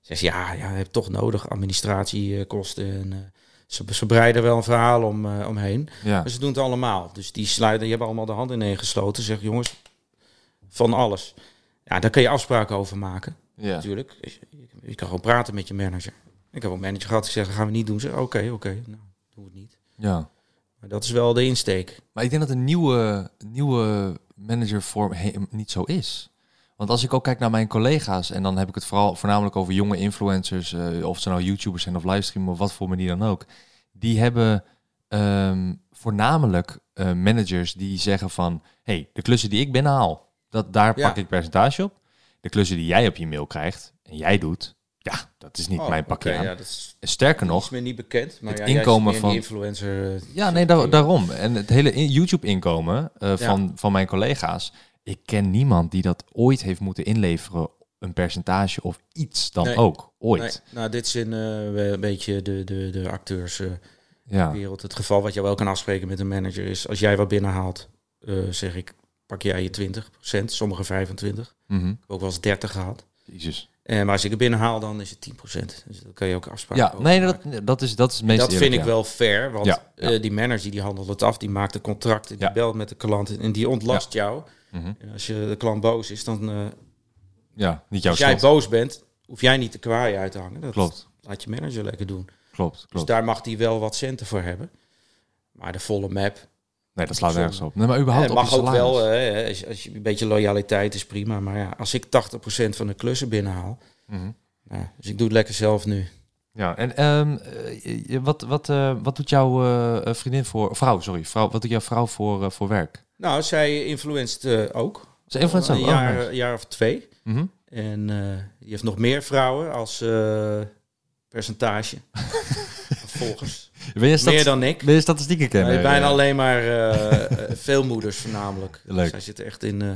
Speaker 5: zeg je, ja, ja, heb toch nodig administratiekosten. En, eh, ze, ze breiden wel een verhaal om, eh, omheen.
Speaker 4: ja.
Speaker 5: Maar ze doen het allemaal. Dus die sluiten, die hebben allemaal de handen ineengesloten. Zeg, jongens, van alles. Ja, daar kun je afspraken over maken,
Speaker 4: Ja.
Speaker 5: natuurlijk. Dus je- Je kan gewoon praten met je manager. Ik heb wel een manager gehad, ik zeg, dat gaan we niet doen. Zeg, oké, oké, nou, doen we het niet.
Speaker 4: ja.
Speaker 5: Maar dat is wel de insteek.
Speaker 4: Maar ik denk dat een nieuwe, nieuwe managervorm he- niet zo is. Want als ik ook kijk naar mijn collega's, en dan heb ik het vooral voornamelijk over jonge influencers, eh, of ze nou YouTubers zijn of livestreamen, of wat voor manier dan ook, die hebben ehm, voornamelijk eh, managers die zeggen van, hey, de klussen die ik binnenhaal, dat, daar
Speaker 5: Ja.
Speaker 4: pak ik percentage op. De klussen die jij op je mail krijgt en jij doet, ja, dat is niet
Speaker 5: Oh,
Speaker 4: mijn pakje
Speaker 5: oké,
Speaker 4: aan.
Speaker 5: Ja, dat is,
Speaker 4: En Sterker
Speaker 5: nog,
Speaker 4: nog,
Speaker 5: is me niet bekend. Maar
Speaker 4: het
Speaker 5: ja, jij zit
Speaker 4: inkomen
Speaker 5: meer in die
Speaker 4: van-
Speaker 5: influencer. eh,
Speaker 4: Ja, nee, daar- daarom. En het hele in- YouTube-inkomen eh,
Speaker 5: Ja.
Speaker 4: van, van mijn collega's. Ik ken niemand die dat ooit heeft moeten inleveren. Een percentage of iets dan
Speaker 5: Nee.
Speaker 4: ook. Ooit.
Speaker 5: Nee, nou, dit is in eh, een beetje de, de, de acteurswereld.
Speaker 4: Ja.
Speaker 5: Het geval wat je wel kan afspreken met een manager is... als jij wat binnenhaalt, eh, zeg ik, pak jij je 20%, sommige 25. Ik
Speaker 4: Mhm.
Speaker 5: heb ook wel eens 30 gehad.
Speaker 4: Jezus.
Speaker 5: Eh, maar als ik het binnenhaal, dan is het 10%. Dus dat kan je ook afspraken.
Speaker 4: Ja,
Speaker 5: over
Speaker 4: nee,
Speaker 5: maken.
Speaker 4: dat, dat is, dat is het meest
Speaker 5: dat vind
Speaker 4: eerlijke,
Speaker 5: ik
Speaker 4: ja.
Speaker 5: wel fair, want
Speaker 4: Ja, ja.
Speaker 5: eh, die manager die handelt het af, die maakt de contracten, die
Speaker 4: Ja.
Speaker 5: belt met de klant en die ontlast jou.
Speaker 4: Mhm.
Speaker 5: En als je de klant boos is, dan eh,
Speaker 4: Ja, niet jouw
Speaker 5: als jij
Speaker 4: schuld.
Speaker 5: boos bent, hoef jij niet de kwaai uit te hangen. Dat
Speaker 4: Klopt,
Speaker 5: laat je manager lekker doen.
Speaker 4: klopt,
Speaker 5: Dus
Speaker 4: klopt.
Speaker 5: daar mag hij wel wat centen voor hebben. Maar de volle map.
Speaker 4: Nee, dat slaat nergens op. Nee, maar überhaupt
Speaker 5: Het
Speaker 4: op
Speaker 5: mag
Speaker 4: je
Speaker 5: ook
Speaker 4: salaris.
Speaker 5: wel, eh, als, je- als je een beetje loyaliteit is prima. Maar ja, als ik 80% van de klussen binnenhaal.
Speaker 4: Mhm.
Speaker 5: nou, dus ik doe het lekker zelf nu.
Speaker 4: Ja, en ehm, eh, je- wat, wat, eh, wat doet jouw eh, vriendin voor... Vrouw, sorry. Vrouw, wat doet jouw vrouw voor, eh, voor werk?
Speaker 5: Nou, zij influenced eh, ook.
Speaker 4: Ze influencer
Speaker 5: Al Een
Speaker 4: ook. Oh,
Speaker 5: jaar,
Speaker 4: nice.
Speaker 5: jaar of twee.
Speaker 4: Mhm.
Speaker 5: En eh, die heeft nog meer vrouwen als eh, percentage. Volgens.
Speaker 4: Wil je
Speaker 5: Meer
Speaker 4: stat-
Speaker 5: dan ik.
Speaker 4: wil je statistieken kennen?
Speaker 5: Nee, bijna
Speaker 4: Eh,
Speaker 5: alleen maar eh, eh, veel moeders voornamelijk.
Speaker 4: Leuk.
Speaker 5: Zij zitten echt in, eh,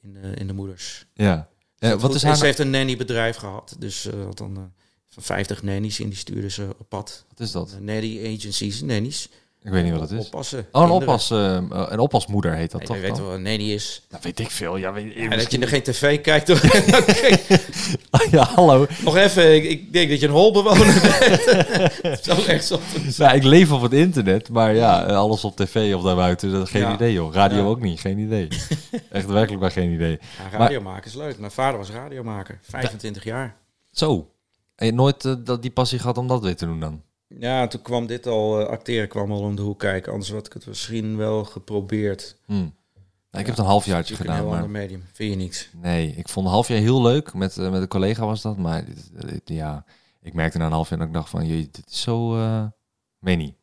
Speaker 5: in, eh, in de moeders.
Speaker 4: Ja. Eh,
Speaker 5: Dat
Speaker 4: wat
Speaker 5: goed.
Speaker 4: is
Speaker 5: En
Speaker 4: haar,
Speaker 5: Ze heeft een nannybedrijf gehad. Dus eh, had dan eh, van 50 nannies in die stuurde ze op pad.
Speaker 4: wat is dat?
Speaker 5: Eh, nanny agencies, nannies.
Speaker 4: Ik weet niet wat dat is.
Speaker 5: Oppassen.
Speaker 4: Oh, een,
Speaker 5: kinderen.
Speaker 4: oppas, eh, een oppasmoeder heet dat
Speaker 5: Nee,
Speaker 4: toch?
Speaker 5: je weet
Speaker 4: dan?
Speaker 5: wel wat een nanny is.
Speaker 4: Dat weet ik veel. Ja, weet,
Speaker 5: En dat je er geen tv kijkt. Toch?
Speaker 4: ja hallo.
Speaker 5: Nog even, ik, ik denk dat je een holbewoner bent. Dat is ook echt zo.
Speaker 4: Nou, ik leef op het internet, maar ja, eh, alles op tv of daarbuiten, dat geen
Speaker 5: Ja.
Speaker 4: idee joh. Radio
Speaker 5: Ja.
Speaker 4: ook niet, geen idee. Echt werkelijk maar geen idee.
Speaker 5: Ja, radiomaker is leuk. Mijn vader was radiomaker. 25 jaar.
Speaker 4: Zo, en je nooit eh, dat die passie gehad om dat weer te doen dan? Nou,
Speaker 5: Ja, toen kwam dit al, eh, acteren kwam al om de hoek kijken. Anders had ik het misschien wel geprobeerd.
Speaker 4: Hm. Nou, ik heb het een halfjaartje
Speaker 5: Ik nou een
Speaker 4: gedaan,
Speaker 5: heel
Speaker 4: maar
Speaker 5: ander medium. Vind je niks?
Speaker 4: nee, ik vond een half jaar heel leuk. Met, eh, met een collega was dat, maar dit- dit- ja, ik merkte na een half jaar dat ik dacht van, jee, dit is zo, eh meen niet.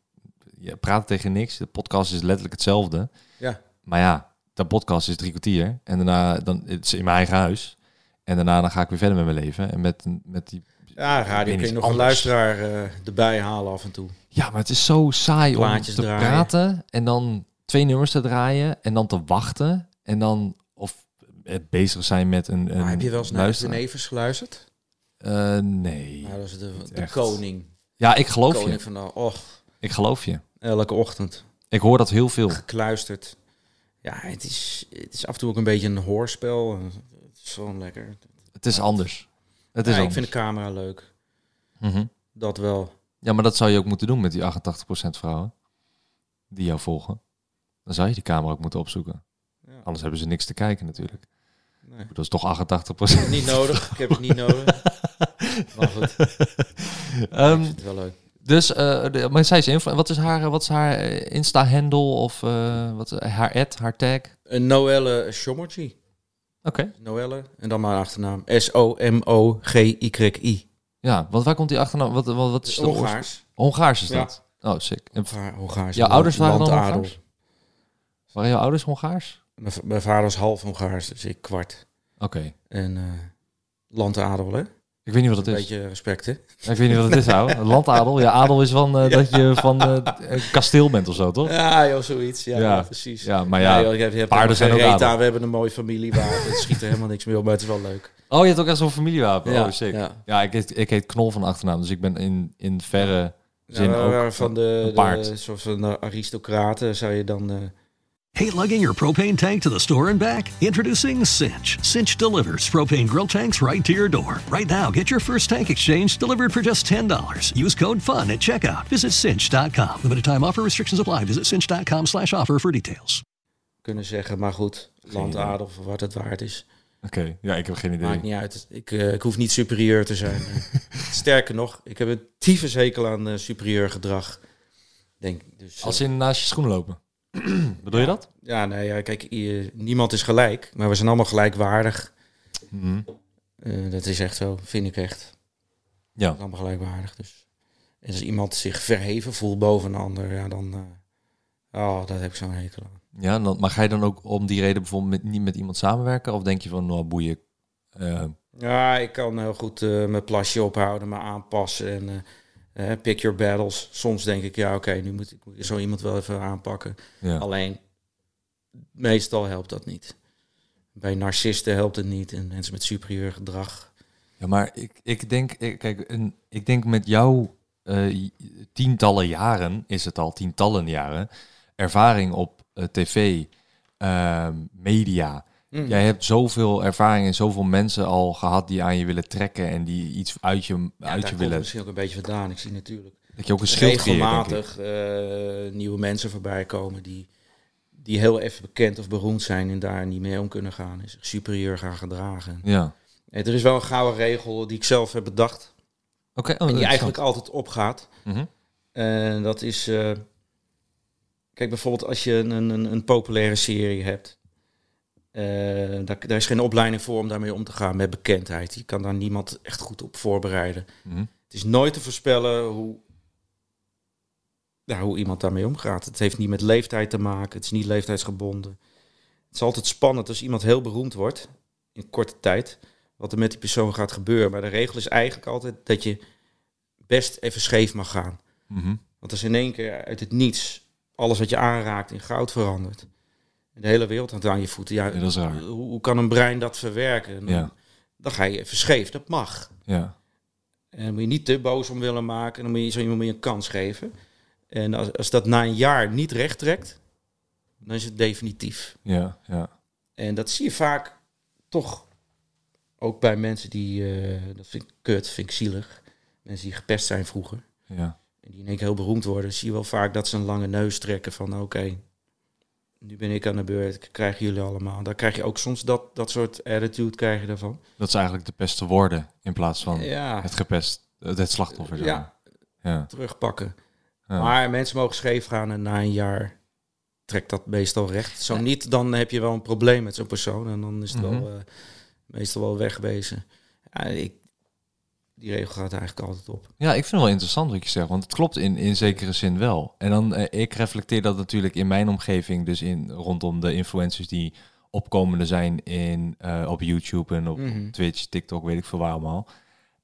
Speaker 4: Je praat tegen niks, de podcast is letterlijk hetzelfde.
Speaker 5: Ja.
Speaker 4: Maar ja, dat podcast is drie kwartier. En daarna dan, het is in mijn eigen huis. En daarna dan ga ik weer verder met mijn leven. En met, met die
Speaker 5: Ja,
Speaker 4: Ik weet
Speaker 5: radio kun je
Speaker 4: niet,
Speaker 5: nog een
Speaker 4: anders.
Speaker 5: luisteraar eh, erbij halen af en toe.
Speaker 4: Ja, maar het is zo saai
Speaker 5: Plaatjes
Speaker 4: om te
Speaker 5: draaien.
Speaker 4: praten en dan twee nummers te draaien en dan te wachten en dan of eh, bezig zijn met een, een
Speaker 5: Maar heb je wel eens naar de
Speaker 4: luisteraar.
Speaker 5: Nevers geluisterd?
Speaker 4: Eh, nee.
Speaker 5: Nou, dat is de, de
Speaker 4: echt.
Speaker 5: koning.
Speaker 4: Ja, ik geloof
Speaker 5: koning
Speaker 4: je.
Speaker 5: van de... Och,
Speaker 4: Ik geloof je.
Speaker 5: elke ochtend.
Speaker 4: Ik hoor dat heel veel.
Speaker 5: Gekluisterd. Ja, het is, het is af en toe ook een beetje een hoorspel. Het is gewoon lekker.
Speaker 4: Het is anders. Het is
Speaker 5: Ja, ik
Speaker 4: anders.
Speaker 5: vind de camera leuk.
Speaker 4: Mhm.
Speaker 5: Dat wel.
Speaker 4: Ja, maar dat zou je ook moeten doen met die 88% vrouwen die jou volgen. Dan zou je die camera ook moeten opzoeken.
Speaker 5: Ja.
Speaker 4: Anders hebben ze niks te kijken natuurlijk.
Speaker 5: Nee.
Speaker 4: Dat is toch 88%.
Speaker 5: Niet nodig. Ik heb het niet nodig. Maar goed, ik
Speaker 4: Ehm,
Speaker 5: vind het wel leuk.
Speaker 4: dus, eh, de- maar zij is influ- Wat is haar, eh, wat is haar eh, Insta-handle of eh, wat, eh, haar ad, haar tag? Oké.
Speaker 5: Een Noelle Shomorgy. Noelle. En dan mijn achternaam. S-O-M-O-G-Y-I.
Speaker 4: Ja, want waar komt die achternaam? Wat, wat, wat is de oorspro-
Speaker 5: Hongaars.
Speaker 4: Hongaars is
Speaker 5: Ja.
Speaker 4: dat? Oh, sick. En v-
Speaker 5: Hongaar- Hongaars.
Speaker 4: Jouw ouders waren dan
Speaker 5: Landadel.
Speaker 4: Hongaars? waren jouw ouders Hongaars?
Speaker 5: Mijn, v- mijn vader is half Hongaars, dus ik kwart.
Speaker 4: Oké.
Speaker 5: En eh landadel, hè?
Speaker 4: Ik weet niet wat
Speaker 5: een
Speaker 4: dat is.
Speaker 5: beetje respect, hè?
Speaker 4: Ik weet niet wat het is, ouwe. Landadel. Ja, adel is van eh, dat je van eh, een kasteel bent of zo, toch?
Speaker 5: Ja, joh, zoiets. Ja,
Speaker 4: Ja.
Speaker 5: precies.
Speaker 4: Ja, maar ja,
Speaker 5: Nee, joh, je hebt- je hebt
Speaker 4: paarden
Speaker 5: helemaal
Speaker 4: zijn ook
Speaker 5: geen reet
Speaker 4: adel.
Speaker 5: aan. We hebben een mooie familie waar het schiet er helemaal niks meer op, maar het is wel leuk.
Speaker 4: Oh, je hebt ook echt zo'n familiewapen.
Speaker 5: Ja,
Speaker 4: oh, sick. Ja,
Speaker 5: ja.
Speaker 4: ik, heet, ik heet Knol van achternaam, dus ik ben in, in verre zin
Speaker 5: Ja, we waren
Speaker 4: ook
Speaker 5: van de,
Speaker 4: een paard.
Speaker 5: de soort van de aristocraten zou je dan... eh,
Speaker 6: Hate lugging your propane tank to the store and back? Introducing Cinch. Cinch delivers propane grill tanks right to your door. Right now, get your first tank exchange delivered for just $10. Use code FUN at checkout. Visit cinch.com. Limited time offer restrictions apply. Visit cinch.com slash offer for details.
Speaker 5: kunnen zeggen. Maar goed, landadel of wat het waard is.
Speaker 4: Oké, ja, ik heb geen idee.
Speaker 5: Maakt niet uit. Ik, eh, ik hoef niet superieur te zijn. Sterker nog, ik heb een tyfus hekel aan eh, superieur gedrag. Denk, dus, eh,
Speaker 4: Als in naast je schoen lopen. Bedoel je dat?
Speaker 5: Ja, nee, ja, kijk, i- niemand is gelijk, maar we zijn allemaal gelijkwaardig. Eh, dat is echt zo, vind ik echt.
Speaker 4: Ja.
Speaker 5: We zijn allemaal gelijkwaardig. Dus. En als iemand zich verheven voelt boven een ander, ja, dan. eh, oh, dat heb ik zo'n hekel aan.
Speaker 4: ja en dan, maar ga je dan ook om die reden bijvoorbeeld met, niet met iemand samenwerken? Of denk je van, nou boeien, eh,
Speaker 5: Ja, ik kan heel goed eh, mijn plasje ophouden, me aanpassen en eh, eh, pick your battles. Soms denk ik, ja, oké, nu moet ik moet ik zo iemand wel even aanpakken.
Speaker 4: Ja.
Speaker 5: Alleen, meestal helpt dat niet. Bij narcisten helpt het niet en mensen met superieur gedrag.
Speaker 4: Ja, maar ik, ik denk, ik- kijk, een, ik denk met jouw eh, j- tientallen jaren, is het al tientallen jaren, ervaring op eh, tv, ehm, media.
Speaker 5: Mm.
Speaker 4: Jij hebt zoveel ervaring en zoveel mensen al gehad die aan je willen trekken en die iets uit je, uit
Speaker 5: Daar
Speaker 4: je
Speaker 5: komt het
Speaker 4: willen.
Speaker 5: misschien ook een beetje vandaan. Ik zie natuurlijk
Speaker 4: Dat je ook een schild creëert, denk ik.
Speaker 5: regelmatig eh, nieuwe mensen voorbij komen die, die heel even bekend of beroemd zijn en daar niet mee om kunnen gaan. En zich superieur gaan gedragen.
Speaker 4: Ja.
Speaker 5: Eh, Er is wel een gouden regel die ik zelf heb bedacht.
Speaker 4: Oké,
Speaker 5: En
Speaker 4: oh,
Speaker 5: die
Speaker 4: dat
Speaker 5: eigenlijk
Speaker 4: is
Speaker 5: altijd opgaat.
Speaker 4: Mhm.
Speaker 5: En dat is. eh, kijk, bijvoorbeeld als je een, een, een populaire serie hebt. eh, daar, daar is geen opleiding voor om daarmee om te gaan met bekendheid. Je kan daar niemand echt goed op voorbereiden.
Speaker 4: Mhm.
Speaker 5: Het is nooit te voorspellen hoe, ja, hoe iemand daarmee omgaat. Het heeft niet met leeftijd te maken. Het is niet leeftijdsgebonden. Het is altijd spannend als iemand heel beroemd wordt in korte tijd. Wat er met die persoon gaat gebeuren. Maar de regel is eigenlijk altijd dat je best even scheef mag gaan.
Speaker 4: Mhm.
Speaker 5: Want als in één keer uit het niets alles wat je aanraakt in goud verandert. En de hele wereld hangt aan je voeten. Ja,
Speaker 4: Ja, dat is raar.
Speaker 5: Hoe, hoe kan een brein dat verwerken? Dan,
Speaker 4: Ja.
Speaker 5: dan ga je even scheef, dat mag.
Speaker 4: Ja.
Speaker 5: En dan moet je niet te boos om willen maken. Dan moet je zo iemand meer een kans geven. En als, als dat na een jaar niet recht trekt, dan is het definitief.
Speaker 4: Ja. Ja.
Speaker 5: En dat zie je vaak toch ook bij mensen die, eh, dat vind ik kut, vind ik zielig. Mensen die gepest zijn vroeger.
Speaker 4: Ja.
Speaker 5: en die in één keer heel beroemd worden, zie je wel vaak dat ze een lange neus trekken van oké, nu ben ik aan de beurt, ik krijg jullie allemaal. Dan krijg je ook soms dat, dat soort attitude krijg je daarvan.
Speaker 4: Dat is eigenlijk de pest te worden in plaats van
Speaker 5: Ja.
Speaker 4: het gepest, het het slachtoffer. zeg maar.
Speaker 5: Ja,
Speaker 4: ja.
Speaker 5: terugpakken.
Speaker 4: Ja.
Speaker 5: Maar mensen mogen scheef gaan en na een jaar trekt dat meestal recht. Zo niet, dan heb je wel een probleem met zo'n persoon en dan is het
Speaker 4: Mhm.
Speaker 5: wel eh, meestal wel wegwezen. Ja, ik, die regel gaat eigenlijk altijd op.
Speaker 4: Ja, ik vind het wel interessant wat je zegt, want het klopt in, in zekere zin wel. En dan, eh, ik reflecteer dat natuurlijk in mijn omgeving, dus in, rondom de influencers die opkomende zijn in, eh, op YouTube en op Twitch, TikTok, weet ik veel waar allemaal.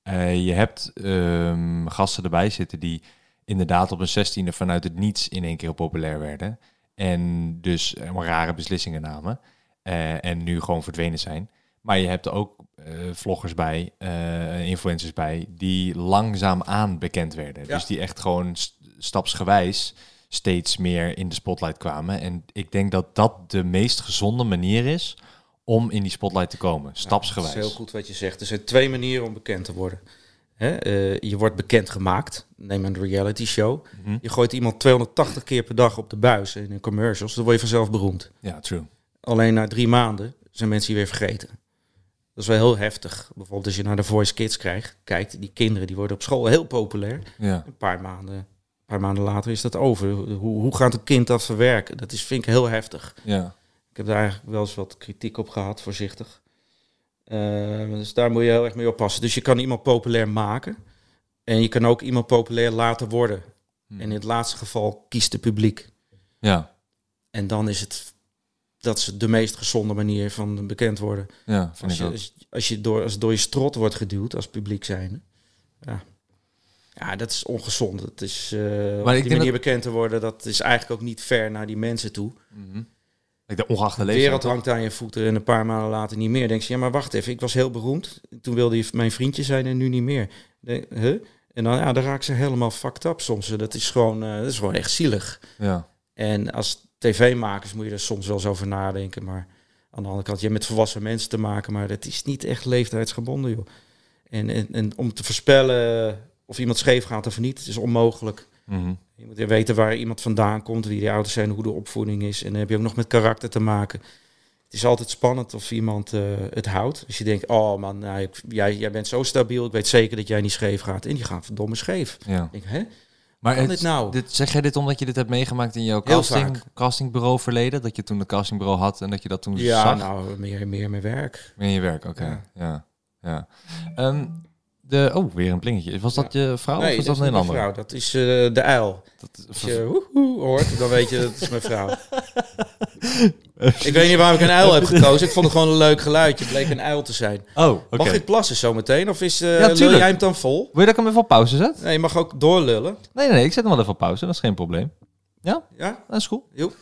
Speaker 4: Eh, je hebt ehm, gasten erbij zitten die inderdaad op een 16e vanuit het niets in één keer heel populair werden. En dus helemaal rare beslissingen namen. Eh, en nu gewoon verdwenen zijn. Maar je hebt er ook eh, vloggers bij, eh, influencers bij, die langzaamaan bekend werden.
Speaker 5: Ja.
Speaker 4: Dus die echt gewoon st- stapsgewijs steeds meer in de spotlight kwamen. En ik denk dat dat de meest gezonde manier is om in die spotlight te komen. Stapsgewijs.
Speaker 5: Dat is heel goed wat je zegt. Er zijn twee manieren om bekend te worden. Hè? eh, je wordt bekend gemaakt. Neem een reality show.
Speaker 4: Mhm.
Speaker 5: Je gooit iemand 280 keer per dag op de buis en in commercials. Dan word je vanzelf beroemd.
Speaker 4: Ja, true.
Speaker 5: Alleen na drie maanden zijn mensen je weer vergeten. Dat is wel heel heftig. Bijvoorbeeld als je naar de Voice Kids krijgt, kijkt, die kinderen die worden op school heel populair.
Speaker 4: Ja.
Speaker 5: Een paar maanden, een paar maanden later is dat over. Hoe, hoe gaat een kind dat verwerken? Dat is, vind ik heel heftig.
Speaker 4: Ja.
Speaker 5: Ik heb daar eigenlijk wel eens wat kritiek op gehad, voorzichtig. Eh, dus daar moet je heel erg mee oppassen. Dus je kan iemand populair maken. En je kan ook iemand populair laten worden. En in het laatste geval kiest het publiek.
Speaker 4: Ja.
Speaker 5: En dan is het... Dat is de meest gezonde manier van bekend worden.
Speaker 4: Ja, vind
Speaker 5: Als
Speaker 4: ik
Speaker 5: je,
Speaker 4: ook.
Speaker 5: als, als je door, als door je strot wordt geduwd als publiek zijnde. Ja. ja, dat is ongezond. Dat is, eh, op
Speaker 4: ik
Speaker 5: die
Speaker 4: denk
Speaker 5: manier
Speaker 4: dat-
Speaker 5: bekend te worden, dat is eigenlijk ook niet fair naar die mensen toe.
Speaker 4: Ik denk ongeacht de
Speaker 5: De
Speaker 4: leeftijd.
Speaker 5: wereld hangt aan je voeten en een paar maanden later niet meer. Denk je, ja, maar wacht even, ik was heel beroemd. Toen wilde je mijn vriendje zijn en nu niet meer. Denk, huh? En dan, ja, dan raak ze helemaal fucked up soms. Dat is gewoon, eh, dat is gewoon echt zielig.
Speaker 4: Ja.
Speaker 5: En als tv-makers moet je er soms wel eens over nadenken. Maar aan de andere kant, je hebt met volwassen mensen te maken. Maar dat is niet echt leeftijdsgebonden, joh. En, en, en om te voorspellen of iemand scheef gaat of niet, is onmogelijk.
Speaker 4: Mhm.
Speaker 5: Je moet weten waar iemand vandaan komt, wie de ouders zijn, hoe de opvoeding is. En dan heb je ook nog met karakter te maken. Het is altijd spannend of iemand eh, het houdt. Als je denkt, oh man, nou, ik- jij, jij bent zo stabiel, ik weet zeker dat jij niet scheef gaat. En je gaat verdomme scheef.
Speaker 4: ja.
Speaker 5: Ik denk, hè?
Speaker 4: Maar
Speaker 5: kan dit nou?
Speaker 4: Dit, zeg jij dit omdat je dit hebt meegemaakt in jouw
Speaker 5: Heel
Speaker 4: casting,
Speaker 5: vaak.
Speaker 4: castingbureau verleden? Dat je toen een castingbureau had en dat je dat toen
Speaker 5: Ja,
Speaker 4: zag?
Speaker 5: nou, meer, meer mijn werk.
Speaker 4: In je werk, oké.
Speaker 5: Ja.
Speaker 4: Ja. ja. Ehm, de, oh, weer een blingetje. Was dat je vrouw of was Oh, dat,
Speaker 5: is
Speaker 4: een
Speaker 5: niet mijn
Speaker 4: ander?
Speaker 5: vrouw, dat is eh, de uil.
Speaker 4: Dat,
Speaker 5: Als je woehoe hoort, dan weet je dat is mijn vrouw. ik weet niet waarom ik een uil heb gekozen. Ik vond het gewoon een leuk geluidje. Het bleek een uil te zijn.
Speaker 4: oh, oké.
Speaker 5: Mag ik plassen zometeen? Of is, eh
Speaker 4: Ja,
Speaker 5: lul
Speaker 4: tuurlijk.
Speaker 5: jij hem dan vol?
Speaker 4: Wil je dat ik hem even op pauze zet?
Speaker 5: Nee, je mag ook doorlullen.
Speaker 4: Nee, nee, nee, ik zet hem wel even op pauze. Dat is geen probleem. Ja,
Speaker 5: Ja?
Speaker 4: dat is cool.
Speaker 5: Joep.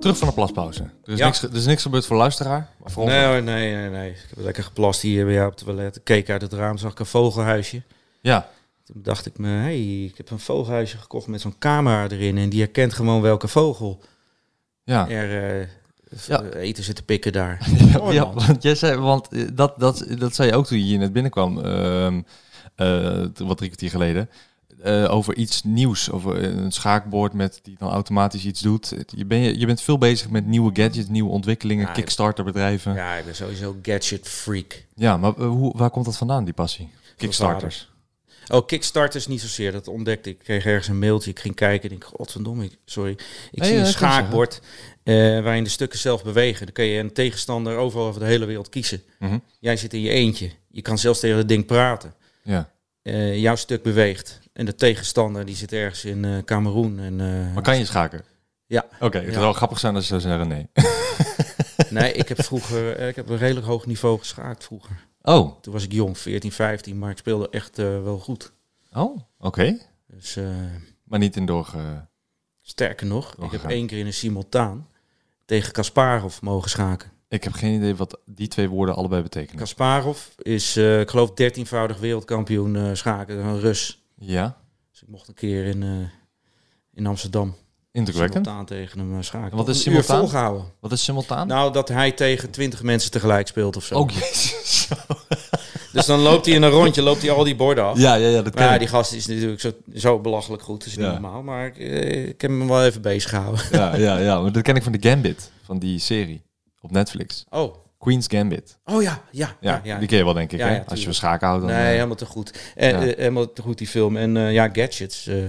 Speaker 4: Terug van de plaspauze. Er is,
Speaker 5: Ja.
Speaker 4: niks, ge- er is niks gebeurd voor luisteraar. Maar voor ons
Speaker 5: Nee, hoor, nee, nee, nee. Ik heb lekker geplast hier bij jou op het toilet. Ik keek uit het raam, zag ik een vogelhuisje.
Speaker 4: Ja,
Speaker 5: Toen dacht ik me, hé, hey, ik heb een vogelhuisje gekocht met zo'n camera erin. En die herkent gewoon welke vogel
Speaker 4: ja.
Speaker 5: er eh, v-
Speaker 4: Ja.
Speaker 5: eten zit te pikken daar.
Speaker 4: Ja,
Speaker 5: Mooi,
Speaker 4: ja,
Speaker 5: man.
Speaker 4: want, jij zei, want eh, dat, dat, dat zei je ook toen je hier net binnenkwam, ehm, eh, wat drie kwartier geleden, eh, over iets nieuws, over eh, een schaakbord met, die dan automatisch iets doet. Je, ben, je bent veel bezig met nieuwe gadgets, nieuwe ontwikkelingen,
Speaker 5: Ja,
Speaker 4: Kickstarter bedrijven. Ja,
Speaker 5: Ja, ik ben sowieso gadget freak.
Speaker 4: maar eh, hoe, waar komt dat vandaan, die passie?
Speaker 5: vader.
Speaker 4: Kickstarters.
Speaker 5: Oh, Kickstarters niet zozeer. Dat ontdekte ik. Ik kreeg ergens een mailtje. Ik ging kijken en ik godverdomme, ik, sorry. Ik
Speaker 4: Nee,
Speaker 5: zie een
Speaker 4: dat kan
Speaker 5: schaakbord eh, waarin de stukken zelf bewegen. Dan kun je een tegenstander overal over de hele wereld kiezen.
Speaker 4: Mhm.
Speaker 5: Jij zit in je eentje. Je kan zelfs tegen het ding praten.
Speaker 4: Ja.
Speaker 5: Eh, jouw stuk beweegt. En de tegenstander die zit ergens in eh Cameroen. En, eh,
Speaker 4: Maar kan je schaken?
Speaker 5: Ja.
Speaker 4: Oké, het
Speaker 5: Ja.
Speaker 4: zou wel grappig zijn als ze zeggen nee.
Speaker 5: Nee, ik heb vroeger eh, ik heb een redelijk hoog niveau geschaakt vroeger.
Speaker 4: Oh,
Speaker 5: Toen was ik jong, 14, 15. Maar ik speelde echt eh, wel goed.
Speaker 4: oh oké.
Speaker 5: Dus... eh,
Speaker 4: Maar niet in eh, doorge...
Speaker 5: Sterker nog, ik heb
Speaker 4: gegaan.
Speaker 5: één keer in een simultaan tegen Kasparov mogen schaken.
Speaker 4: Ik heb geen idee wat die twee woorden allebei betekenen.
Speaker 5: Kasparov is, eh, ik geloof, dertienvoudig wereldkampioen eh, schaken, een Rus.
Speaker 4: Ja,
Speaker 5: Dus ik mocht een keer in, eh, in Amsterdam
Speaker 4: indrukwekkend.
Speaker 5: simultaan tegen hem eh, schaken.
Speaker 4: En wat is
Speaker 5: Een uur
Speaker 4: simultaan?
Speaker 5: volgehouden.
Speaker 4: Wat is simultaan?
Speaker 5: Nou, dat hij tegen twintig mensen tegelijk speelt of zo.
Speaker 4: Oh, jezus.
Speaker 5: Dus dan loopt hij in een rondje, loopt hij al die borden af.
Speaker 4: Ja, ja, ja, dat
Speaker 5: Maar
Speaker 4: ken
Speaker 5: ja,
Speaker 4: ik.
Speaker 5: die gast is natuurlijk zo, zo belachelijk goed, dat is niet
Speaker 4: Ja.
Speaker 5: normaal. Maar ik, eh, ik heb hem wel even bezig gehouden.
Speaker 4: Ja, ja, ja, maar dat ken ik van de Gambit, van die serie op Netflix.
Speaker 5: Oh,
Speaker 4: Queen's Gambit.
Speaker 5: oh ja, ja,
Speaker 4: Ja,
Speaker 5: ja, ja.
Speaker 4: die ken je wel, denk ik.
Speaker 5: Ja,
Speaker 4: hè?
Speaker 5: ja,
Speaker 4: Als je
Speaker 5: tuurlijk.
Speaker 4: van schaken houdt, dan
Speaker 5: Nee,
Speaker 4: eh,
Speaker 5: helemaal te goed. En,
Speaker 4: Ja.
Speaker 5: eh, helemaal te goed die film. En eh, ja, gadgets. eh,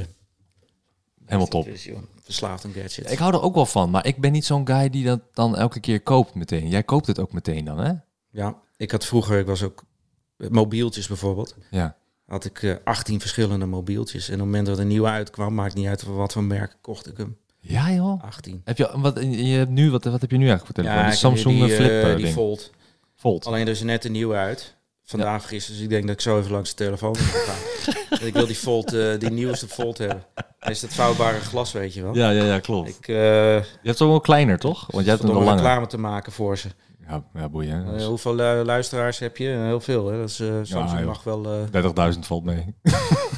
Speaker 4: helemaal top.
Speaker 5: dus, joh, verslaafd aan gadgets.
Speaker 4: Ik hou er ook wel van, maar ik ben niet zo'n guy die dat dan elke keer koopt meteen. Jij koopt het ook meteen dan, hè?
Speaker 5: Ja, ik had vroeger, ik was ook eh, mobieltjes bijvoorbeeld.
Speaker 4: Ja.
Speaker 5: Had ik eh, 18 verschillende mobieltjes. En op het moment dat er een nieuwe uitkwam, maakt niet uit voor wat voor merk, kocht ik hem.
Speaker 4: Ja joh.
Speaker 5: 18.
Speaker 4: Heb je, wat, je hebt nu, wat, wat heb je nu eigenlijk voor telefoon?
Speaker 5: ik
Speaker 4: de
Speaker 5: heb
Speaker 4: Samsung
Speaker 5: weer die,
Speaker 4: Flip
Speaker 5: eh,
Speaker 4: eh,
Speaker 5: die
Speaker 4: ding.
Speaker 5: Fold.
Speaker 4: Fold.
Speaker 5: Alleen er is net een nieuwe uit. Vandaag gisteren, dus ik denk dat ik zo even langs de telefoon ga gaan. Want ik wil die Fold, eh, die nieuwste Fold hebben. Hij is dat vouwbare glas, weet je wel.
Speaker 4: Ja, ja, ja, klopt.
Speaker 5: Ik eh
Speaker 4: Je hebt hem wel kleiner, toch? Want jij hebt
Speaker 5: zat
Speaker 4: hem
Speaker 5: om
Speaker 4: wel
Speaker 5: een
Speaker 4: langer.
Speaker 5: reclame te maken voor ze.
Speaker 4: Ja, ja, boeien.
Speaker 5: Eh,
Speaker 4: hè. Dus
Speaker 5: hoeveel eh, luisteraars heb je? Eh, heel veel, hè? Dat is, eh, Samsung
Speaker 4: joh.
Speaker 5: mag wel eh,
Speaker 4: 30.000 valt mee.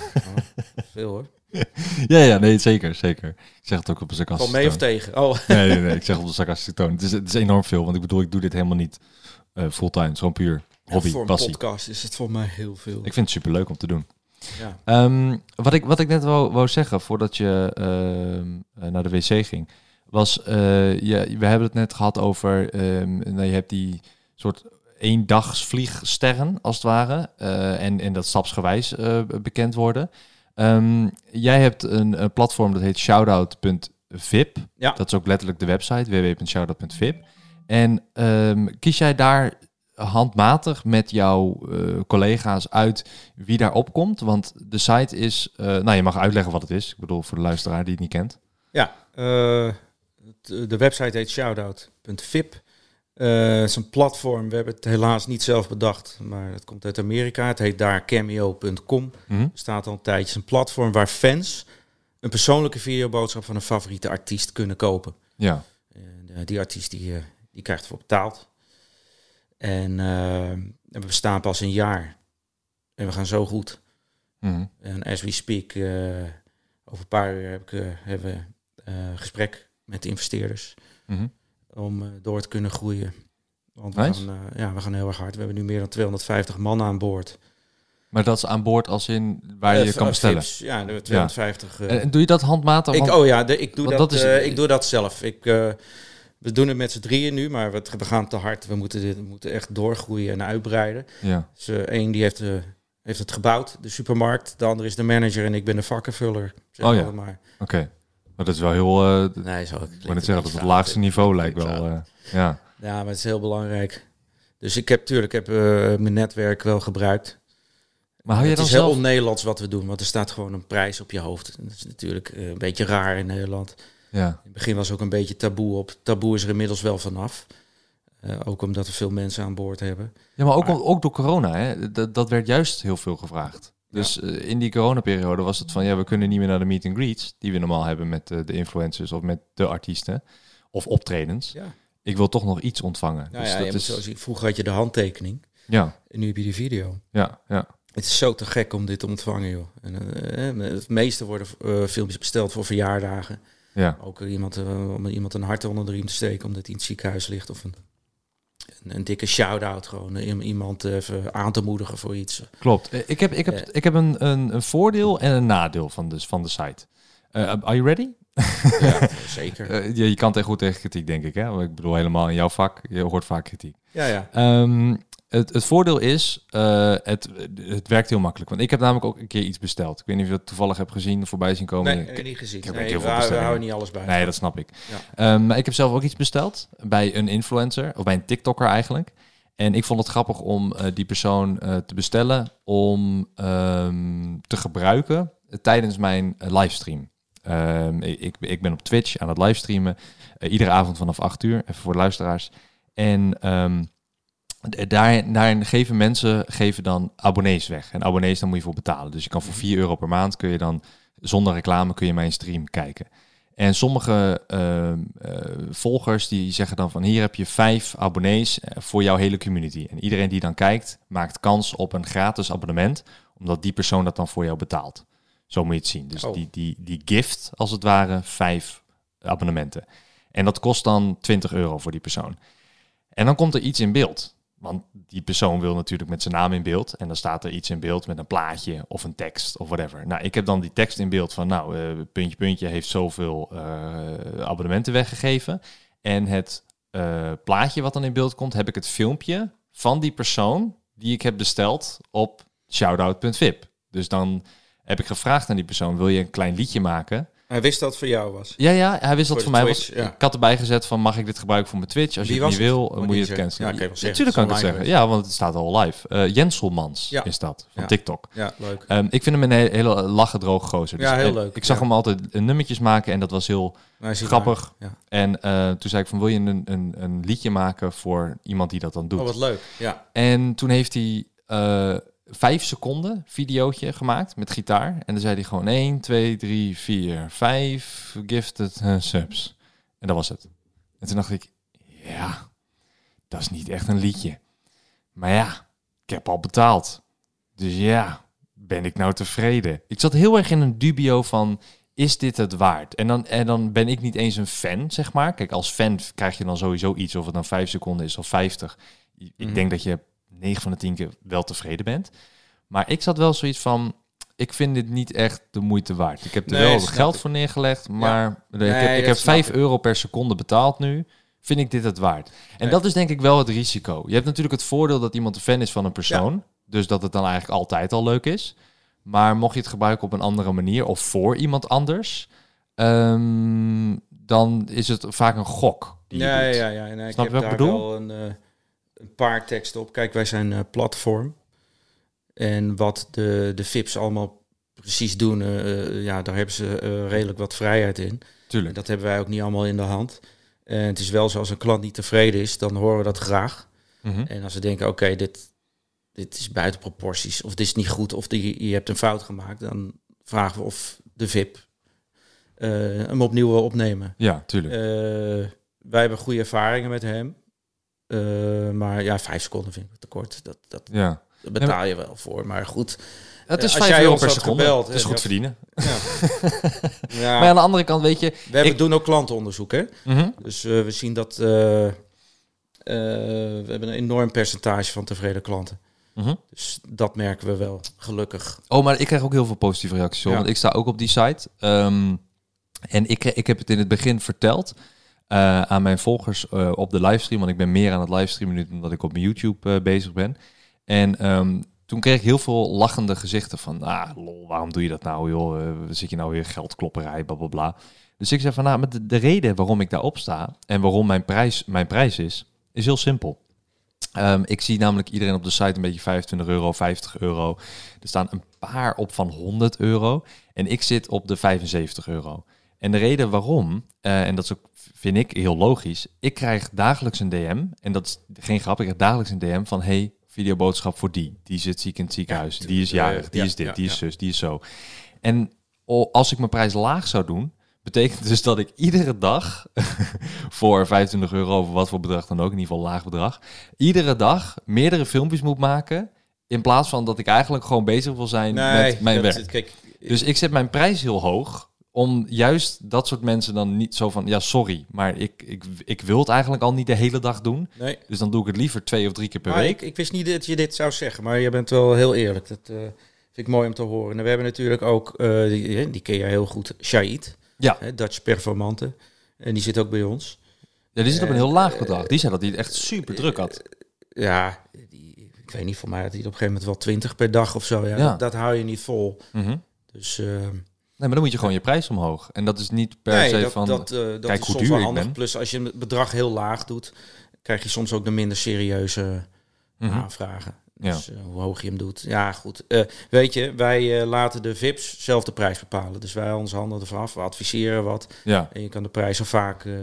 Speaker 5: veel, hoor.
Speaker 4: ja, ja, nee, zeker, zeker. Ik zeg het ook op een
Speaker 5: Valt
Speaker 4: sarcastische
Speaker 5: mee of
Speaker 4: toon.
Speaker 5: tegen? Oh,
Speaker 4: Nee, nee, nee, ik zeg het op een sarcastische toon. Het is, het is enorm veel, want ik bedoel, ik doe dit helemaal niet eh, fulltime. Het is gewoon puur hobby,
Speaker 5: voor een
Speaker 4: passie.
Speaker 5: podcast is het voor mij heel veel.
Speaker 4: Ik vind het superleuk om te doen.
Speaker 5: Ja.
Speaker 4: Ehm, wat, ik, wat ik net wou, wou zeggen, voordat je ehm, eh, naar de wc ging, was, eh, je, we hebben het net gehad over, ehm, nou, je hebt die soort eendagsvliegsterren, als het ware, eh, en, en dat stapsgewijs eh, bekend worden. Ehm, jij hebt een, een platform dat heet shoutout.vip.
Speaker 5: Ja.
Speaker 4: Dat is ook letterlijk de website, www.shoutout.vip. En ehm, kies jij daar handmatig met jouw eh, collega's uit wie daar opkomt? Want de site is... eh, nou, je mag uitleggen wat het is. Ik bedoel, voor de luisteraar die het niet kent.
Speaker 5: Ja, eh, het- de website heet shoutout.vip. Eh, het is een platform, we hebben het helaas niet zelf bedacht, maar het komt uit Amerika. Het heet daar cameo.com.
Speaker 4: Mhm.
Speaker 5: Er staat al een tijdje. Het is een platform waar fans een persoonlijke videoboodschap van een favoriete artiest kunnen kopen.
Speaker 4: Ja.
Speaker 5: En, eh, die artiest die, eh, die krijgt ervoor betaald. En eh, en we bestaan pas een jaar. En we gaan zo goed.
Speaker 4: Mhm.
Speaker 5: En as we speak, eh, over een paar uur heb ik, eh, hebben we eh, een gesprek met de investeerders
Speaker 4: Mhm.
Speaker 5: om eh, door te kunnen groeien. Want we,
Speaker 4: Nice.
Speaker 5: gaan, eh, ja, we gaan heel erg hard. We hebben nu meer dan 250 man aan boord.
Speaker 4: Maar dat is aan boord als in waar
Speaker 5: Eh,
Speaker 4: je
Speaker 5: v-
Speaker 4: kan
Speaker 5: eh,
Speaker 4: bestellen.
Speaker 5: Vips, ja, de 250. eh,
Speaker 4: En, en doe je dat handmatig?
Speaker 5: ik,
Speaker 4: Want-
Speaker 5: oh ja, de- ik, doe dat,
Speaker 4: want dat is-
Speaker 5: eh, ik doe dat zelf. Ik, eh, we doen het met z'n drieën nu, maar we, we gaan te hard. We moeten, dit, we moeten echt doorgroeien en uitbreiden.
Speaker 4: Ja.
Speaker 5: Dus eh, één die heeft, eh, heeft het gebouwd, de supermarkt. De andere is de manager en ik ben de vakkenvuller. Zeg
Speaker 4: Oh ja.
Speaker 5: we maar.
Speaker 4: Oké. Maar dat is wel heel... eh, d-
Speaker 5: Nee, zo.
Speaker 4: ik moet net zeggen, dat is het laagste niveau lijkt wel. eh, ja.
Speaker 5: Ja, maar het is heel belangrijk. Dus ik heb tuurlijk heb, eh, mijn netwerk wel gebruikt.
Speaker 4: Maar hou je
Speaker 5: het
Speaker 4: Oh, dan
Speaker 5: is
Speaker 4: zelf...
Speaker 5: heel on-Nederlands wat we doen, want er staat gewoon een prijs op je hoofd. En Dat is natuurlijk eh, een beetje raar in Nederland. In
Speaker 4: Ja.
Speaker 5: het begin was ook een beetje taboe op. Taboe is er inmiddels wel vanaf. Eh, ook omdat we veel mensen aan boord hebben.
Speaker 4: Ja, maar ook, ook door corona, hè? Dat, dat werd juist heel veel gevraagd. Dus eh, in die coronaperiode was het van, ja, we kunnen niet meer naar de meet and greets, die we normaal hebben met eh, de influencers of met de artiesten of optredens.
Speaker 5: Ja.
Speaker 4: Ik wil toch nog iets ontvangen.
Speaker 5: Nou
Speaker 4: dus
Speaker 5: ja, je
Speaker 4: dat
Speaker 5: moet
Speaker 4: is,
Speaker 5: zo zien. Dus Vroeger had je de handtekening
Speaker 4: ja,
Speaker 5: en nu heb je die video.
Speaker 4: ja, ja,
Speaker 5: Het is zo te gek om dit te ontvangen, joh. En, eh, eh, het meeste worden eh, filmpjes besteld voor verjaardagen.
Speaker 4: ja,
Speaker 5: Ook er iemand, eh, om iemand een hart onder de riem te steken omdat hij in het ziekenhuis ligt. Of een, een, een dikke shout-out gewoon. eh, om iemand even aan te moedigen voor iets.
Speaker 4: klopt. Eh, Ik heb, ik heb,
Speaker 5: Ja.
Speaker 4: ik heb een, een, een voordeel en een nadeel van de, van de site. Eh, are you ready?
Speaker 5: Ja, zeker.
Speaker 4: Eh, je, je kan tegen goed tegen kritiek, denk ik. Hè? Want Ik bedoel, helemaal in jouw vak, je hoort vaak kritiek.
Speaker 5: Ja, ja.
Speaker 4: Ehm, het, het voordeel is, eh, het, het werkt heel makkelijk. Want ik heb namelijk ook een keer iets besteld. Ik weet niet of je dat toevallig hebt gezien, voorbij zien komen.
Speaker 5: Nee,
Speaker 4: Ik-
Speaker 5: eh, niet gezien.
Speaker 4: heb
Speaker 5: Nee,
Speaker 4: ook heel
Speaker 5: we,
Speaker 4: veel
Speaker 5: hou- we
Speaker 4: bestellingen.
Speaker 5: houden niet alles bij.
Speaker 4: Nee, dat snap ik.
Speaker 5: Ja.
Speaker 4: Ehm, maar ik heb zelf ook iets besteld bij een influencer, of bij een TikToker eigenlijk. En ik vond het grappig om eh, die persoon eh, te bestellen om ehm, te gebruiken tijdens mijn eh, livestream. Ehm, ik, ik ben op Twitch aan het livestreamen, eh, iedere avond vanaf 8 uur, even voor de luisteraars. En ehm, d- daarin, daarin geven mensen geven dan abonnees weg. En abonnees, daar moet je voor betalen. Dus je kan voor 4 euro per maand, kun je dan zonder reclame, kun je mijn stream kijken. En sommige ehm, eh, volgers die zeggen dan van hier heb je vijf abonnees eh, voor jouw hele community. En iedereen die dan kijkt maakt kans op een gratis abonnement, omdat die persoon dat dan voor jou betaalt. Zo moet je het zien. Dus
Speaker 5: Oh.
Speaker 4: die, die, die gift als het ware vijf abonnementen. En dat kost dan 20 euro voor die persoon. En dan komt er iets in beeld. Want die persoon wil natuurlijk met zijn naam in beeld. En dan staat er iets in beeld met een plaatje of een tekst of whatever. Nou, ik heb dan die tekst in beeld van, nou, eh, puntje, puntje heeft zoveel eh, abonnementen weggegeven. En het eh, plaatje wat dan in beeld komt, heb ik het filmpje van die persoon die ik heb besteld op shoutout.vip. Dus dan heb ik gevraagd aan die persoon, wil je een klein liedje maken?
Speaker 5: Hij wist dat het voor jou was.
Speaker 4: Ja, ja, hij wist dat
Speaker 5: Voor
Speaker 4: voor
Speaker 5: de
Speaker 4: mij
Speaker 5: Twitch,
Speaker 4: was.
Speaker 5: ja.
Speaker 4: Ik had erbij gezet van, mag ik dit gebruiken voor mijn Twitch? Als
Speaker 5: Wie
Speaker 4: je het
Speaker 5: was
Speaker 4: niet
Speaker 5: het?
Speaker 4: wil,
Speaker 5: Moet
Speaker 4: eh,
Speaker 5: je
Speaker 4: moet je
Speaker 5: niet
Speaker 4: het
Speaker 5: zeggen.
Speaker 4: cancelen.
Speaker 5: Ja, kan je wel zeggen.
Speaker 4: Natuurlijk kan ik
Speaker 5: Het
Speaker 4: het
Speaker 5: is
Speaker 4: zeggen.
Speaker 5: online
Speaker 4: Ja, want het staat al live. Eh Jenselmans
Speaker 5: Ja.
Speaker 4: is dat, van
Speaker 5: Ja.
Speaker 4: TikTok.
Speaker 5: Ja, leuk.
Speaker 4: Ehm, ik vind hem een he- hele lachen droge gozer.
Speaker 5: Ja, heel
Speaker 4: eh,
Speaker 5: leuk,
Speaker 4: Ik zag
Speaker 5: ja.
Speaker 4: hem altijd eh, nummertjes maken en dat was heel
Speaker 5: Hij is hier
Speaker 4: grappig.
Speaker 5: daar. Ja.
Speaker 4: En eh, toen zei ik van, wil je een, een, een liedje maken voor iemand die dat dan doet?
Speaker 5: Oh, wat leuk. Ja.
Speaker 4: En toen heeft hij eh, vijf seconden videootje gemaakt met gitaar. En dan zei hij gewoon 1, 2, 3, 4, 5 gifted eh, subs. En dat was het. En toen dacht ik, ja, dat is niet echt een liedje. Maar ja, ik heb al betaald. Dus ja, ben ik nou tevreden? Ik zat heel erg in een dubio van, is dit het waard? En dan, en dan ben ik niet eens een fan, zeg maar. Kijk, als fan krijg je dan sowieso iets, of het dan vijf seconden is of 50. Ik
Speaker 5: Mhm.
Speaker 4: denk dat je 9 van de 10 keer wel tevreden bent. Maar ik zat wel zoiets van, ik vind dit niet echt de moeite waard. Ik heb er
Speaker 5: Nee,
Speaker 4: wel
Speaker 5: snap
Speaker 4: geld
Speaker 5: ik.
Speaker 4: voor neergelegd, maar ik
Speaker 5: Nee,
Speaker 4: heb, ik
Speaker 5: dat
Speaker 4: heb
Speaker 5: snap
Speaker 4: 5
Speaker 5: ik.
Speaker 4: euro per seconde betaald nu. Vind ik dit het waard? En dat is denk ik wel het risico. Je hebt natuurlijk het voordeel dat iemand een fan is van een persoon. Dus dat het dan eigenlijk altijd al leuk is. Maar mocht je het gebruiken op een andere manier of voor iemand anders, ehm, dan is het vaak een gok. Die je
Speaker 5: Ja, ja,
Speaker 4: doet.
Speaker 5: ja, ja. En eh, ik
Speaker 4: Snap
Speaker 5: heb
Speaker 4: je wat ik
Speaker 5: daar
Speaker 4: bedoel?
Speaker 5: wel een, eh, een paar teksten op. Kijk, wij zijn eh, platform. En wat de, de VIPs allemaal precies doen, eh, eh, ja, daar hebben ze eh, redelijk wat vrijheid in.
Speaker 4: Tuurlijk.
Speaker 5: Dat hebben wij ook niet allemaal in de hand. En het is wel zo, als een klant niet tevreden is, dan horen we dat graag.
Speaker 4: Mhm.
Speaker 5: En als ze denken, oké, dit, dit is buiten proporties, of dit is niet goed, of die, je hebt een fout gemaakt, dan vragen we of de VIP eh, hem opnieuw wil opnemen.
Speaker 4: Ja, tuurlijk.
Speaker 5: Eh, wij hebben goede ervaringen met hem. Eh, maar ja, vijf seconden vind ik te kort. Dat, dat,
Speaker 4: ja.
Speaker 5: daar betaal je wel voor. Maar goed.
Speaker 4: Het
Speaker 5: Eh,
Speaker 4: is
Speaker 5: als
Speaker 4: 5
Speaker 5: jij
Speaker 4: euro
Speaker 5: ons
Speaker 4: per
Speaker 5: had
Speaker 4: seconde.
Speaker 5: gebeld,
Speaker 4: het is
Speaker 5: eh,
Speaker 4: goed
Speaker 5: ja.
Speaker 4: verdienen.
Speaker 5: Ja. ja,
Speaker 4: Maar aan de andere kant, weet je.
Speaker 5: we hebben,
Speaker 4: ik-
Speaker 5: doen ook klantonderzoek, hè?
Speaker 4: Mhm.
Speaker 5: Dus eh, we zien dat. eh, eh, we hebben een enorm percentage van tevreden klanten.
Speaker 4: Mhm.
Speaker 5: Dus dat merken we wel, gelukkig.
Speaker 4: Oh, maar ik krijg ook heel veel positieve reacties. hoor.
Speaker 5: Ja.
Speaker 4: Want ik sta ook op die site. Ehm, en ik, ik heb het in het begin verteld eh, aan mijn volgers eh, op de livestream. Want ik ben meer aan het livestreamen nu dan dat ik op mijn YouTube eh, bezig ben. En ehm, toen kreeg ik heel veel lachende gezichten van... Ah, lol, waarom doe je dat nou, joh? Eh, zit je nou weer geldklopperij, bla, bla, bla. Dus ik zei van, nou, maar de, de reden waarom ik daarop sta... en waarom mijn prijs, mijn prijs is, is heel simpel. Ehm, ik zie namelijk iedereen op de site een beetje 25 euro, 50 euro. Er staan een paar op van 100 euro. En ik zit op de 75 euro. En de reden waarom, eh, en dat is ook, vind ik heel logisch. Ik krijg dagelijks een DM. En dat is geen grap. Ik krijg dagelijks een DM van: hey, videoboodschap voor die. Die zit ziek in het ziekenhuis. die is jarig. Die
Speaker 5: ja,
Speaker 4: is dit.
Speaker 5: ja,
Speaker 4: die is
Speaker 5: ja.
Speaker 4: zus. Die is zo. En o- als ik mijn prijs laag zou doen. Betekent dus dat ik iedere dag voor 25 euro of wat voor bedrag dan ook, in ieder geval laag bedrag, iedere dag meerdere filmpjes moet maken. In plaats van dat ik eigenlijk gewoon bezig wil zijn met mijn
Speaker 5: dat-
Speaker 4: werk.
Speaker 5: Kijk,
Speaker 4: Dus ik zet mijn prijs heel hoog. Om juist dat soort mensen dan niet zo van... Ja, sorry, maar ik, ik, ik wil het eigenlijk al niet de hele dag doen.
Speaker 5: nee.
Speaker 4: Dus dan doe ik het liever twee of drie keer per
Speaker 5: Maar
Speaker 4: week.
Speaker 5: ik, ik wist niet dat je dit zou zeggen, maar je bent wel heel eerlijk. Dat eh, vind ik mooi om te horen. En we hebben natuurlijk ook, eh, die, die ken je heel goed, Shaid,
Speaker 4: Ja,
Speaker 5: hè, Dutch Performante. En die zit ook bij ons.
Speaker 4: ja, die zit op een heel laag bedrag. Die zei dat hij het echt super druk had.
Speaker 5: Ja, die, ik weet niet, voor mij had hij op een gegeven moment wel twintig per dag of zo. Ja,
Speaker 4: Ja.
Speaker 5: Dat, dat hou je niet vol.
Speaker 4: Mhm.
Speaker 5: Dus eh,
Speaker 4: Nee, maar dan moet je gewoon je prijs omhoog. En dat is niet per
Speaker 5: nee,
Speaker 4: se
Speaker 5: dat,
Speaker 4: van...
Speaker 5: dat, eh, dat
Speaker 4: kijk
Speaker 5: is
Speaker 4: hoe
Speaker 5: soms
Speaker 4: duur
Speaker 5: wel
Speaker 4: ik
Speaker 5: handig.
Speaker 4: ben.
Speaker 5: Plus als je het bedrag heel laag doet, krijg je soms ook de minder serieuze aanvragen.
Speaker 4: Mhm. Ja.
Speaker 5: Dus eh, hoe hoog je hem doet. Ja, goed. Eh, weet je, wij eh, laten de VIP's zelf de prijs bepalen. Dus wij ons handen ervan af. We adviseren wat.
Speaker 4: ja.
Speaker 5: En je kan de prijzen vaak eh,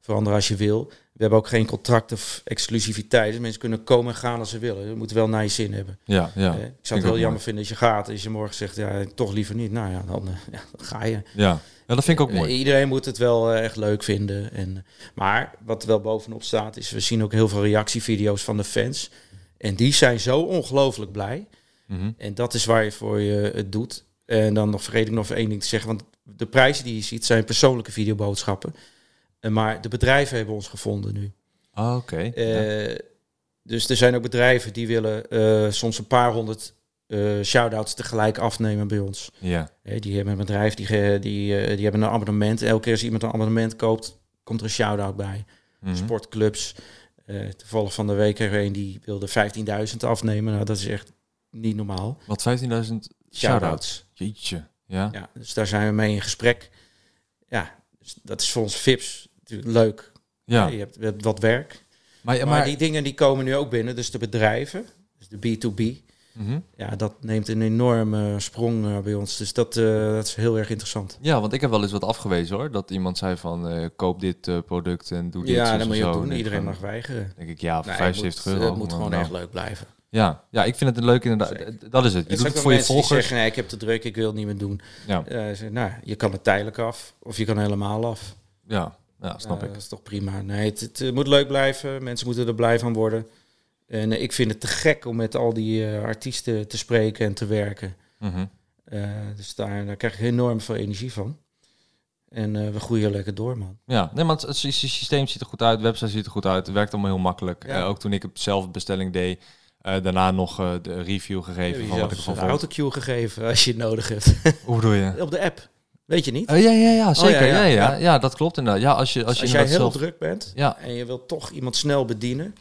Speaker 5: veranderen als je wil. We hebben ook geen contract of exclusiviteit. Dus mensen kunnen komen en gaan als ze willen. Je moet wel naar je zin hebben.
Speaker 4: Ja, ja.
Speaker 5: Eh, ik
Speaker 4: Vind
Speaker 5: zou het
Speaker 4: ook
Speaker 5: wel
Speaker 4: mooi.
Speaker 5: jammer vinden als je gaat. Als je morgen zegt, ja, toch liever niet. Nou ja, dan, eh, ja, dan ga je.
Speaker 4: Ja. ja, dat vind ik ook mooi.
Speaker 5: Eh, Iedereen moet het wel eh, echt leuk vinden. En, maar wat wel bovenop staat is, we zien ook heel veel reactievideo's van de fans. En die zijn zo ongelooflijk blij.
Speaker 4: Mhm.
Speaker 5: En dat is waar je voor je het doet. En dan nog vergeet ik nog even één ding te zeggen. Want de prijzen die je ziet zijn persoonlijke videoboodschappen. Eh, Maar de bedrijven hebben ons gevonden nu.
Speaker 4: Ah, Oké. Ja.
Speaker 5: Eh, Dus er zijn ook bedrijven die willen eh, soms een paar honderd eh shout-outs tegelijk afnemen bij ons.
Speaker 4: ja.
Speaker 5: Hè, die hebben een bedrijf, die, ge- die, eh, die hebben een abonnement. Elke keer als iemand een abonnement koopt, komt er een shout-out bij.
Speaker 4: Mhm.
Speaker 5: Sportclubs. Eh, toevallig van de week er een die wilde 15.000 afnemen. Nou, dat is echt niet normaal.
Speaker 4: Wat, 15.000 shout-outs?
Speaker 5: Shout-outs.
Speaker 4: Jeetje. Ja.
Speaker 5: Ja, dus daar zijn we mee in gesprek. Ja, dus dat is voor ons VIPs natuurlijk leuk.
Speaker 4: Ja.
Speaker 5: Je, hebt, je hebt wat werk.
Speaker 4: Maar,
Speaker 5: Maar, die dingen die komen nu ook binnen. Dus de bedrijven, dus de B2B.
Speaker 4: Mhm.
Speaker 5: Ja, dat neemt een enorme sprong eh, bij ons. Dus dat, eh, dat is heel erg interessant.
Speaker 4: Ja, want ik heb wel eens wat afgewezen hoor. Dat iemand zei van eh, koop dit eh, product en doe dit.
Speaker 5: ja,
Speaker 4: en
Speaker 5: dat moet je
Speaker 4: zo.
Speaker 5: ook
Speaker 4: En
Speaker 5: doen.
Speaker 4: ik
Speaker 5: Iedereen
Speaker 4: van-
Speaker 5: mag weigeren.
Speaker 4: Denk ik, ja,
Speaker 5: Nee,
Speaker 4: 75
Speaker 5: het moet, eh,
Speaker 4: euro.
Speaker 5: Het moet
Speaker 4: maar
Speaker 5: gewoon
Speaker 4: nou.
Speaker 5: echt leuk blijven.
Speaker 4: Ja. ja, ik vind het een leuk inderdaad. Dat is het. Je
Speaker 5: Er
Speaker 4: doet
Speaker 5: zijn ook
Speaker 4: het
Speaker 5: wel
Speaker 4: voor je
Speaker 5: mensen die
Speaker 4: volgers.
Speaker 5: zeggen, nee, ik heb te druk, ik wil het niet meer doen.
Speaker 4: Ja,
Speaker 5: Eh, ze- nou, je kan het tijdelijk af of je kan helemaal af.
Speaker 4: ja, ja, snap
Speaker 5: Eh,
Speaker 4: ik.
Speaker 5: Dat is toch prima. Nee, het, het, eh, moet leuk blijven. Mensen moeten er blij van worden. En eh, ik vind het te gek om met al die eh, artiesten te spreken en te werken.
Speaker 4: Mhm.
Speaker 5: Eh, dus daar, daar krijg ik enorm veel energie van. En eh, we groeien lekker door, man.
Speaker 4: Ja, nee, maar het, het sy- systeem ziet er goed uit, de website ziet er goed uit, het werkt allemaal heel makkelijk.
Speaker 5: Ja.
Speaker 4: Eh, ook toen ik het zelf bestelling deed, eh, daarna nog eh, de review gegeven van wat ik
Speaker 5: een
Speaker 4: ervan vond.
Speaker 5: autocue gegeven als je het nodig hebt.
Speaker 4: Hoe bedoel je?
Speaker 5: Op de app. Weet je niet?
Speaker 4: Eh, ja, ja, ja, zeker. ja,
Speaker 5: Oh, ja,
Speaker 4: ja, ja.
Speaker 5: ja.
Speaker 4: dat klopt inderdaad. Ja, als je, als
Speaker 5: Als,
Speaker 4: je
Speaker 5: jij heel
Speaker 4: inderdaad zelf...
Speaker 5: druk bent
Speaker 4: Ja, Mhm.
Speaker 5: en je wilt toch iemand snel bedienen,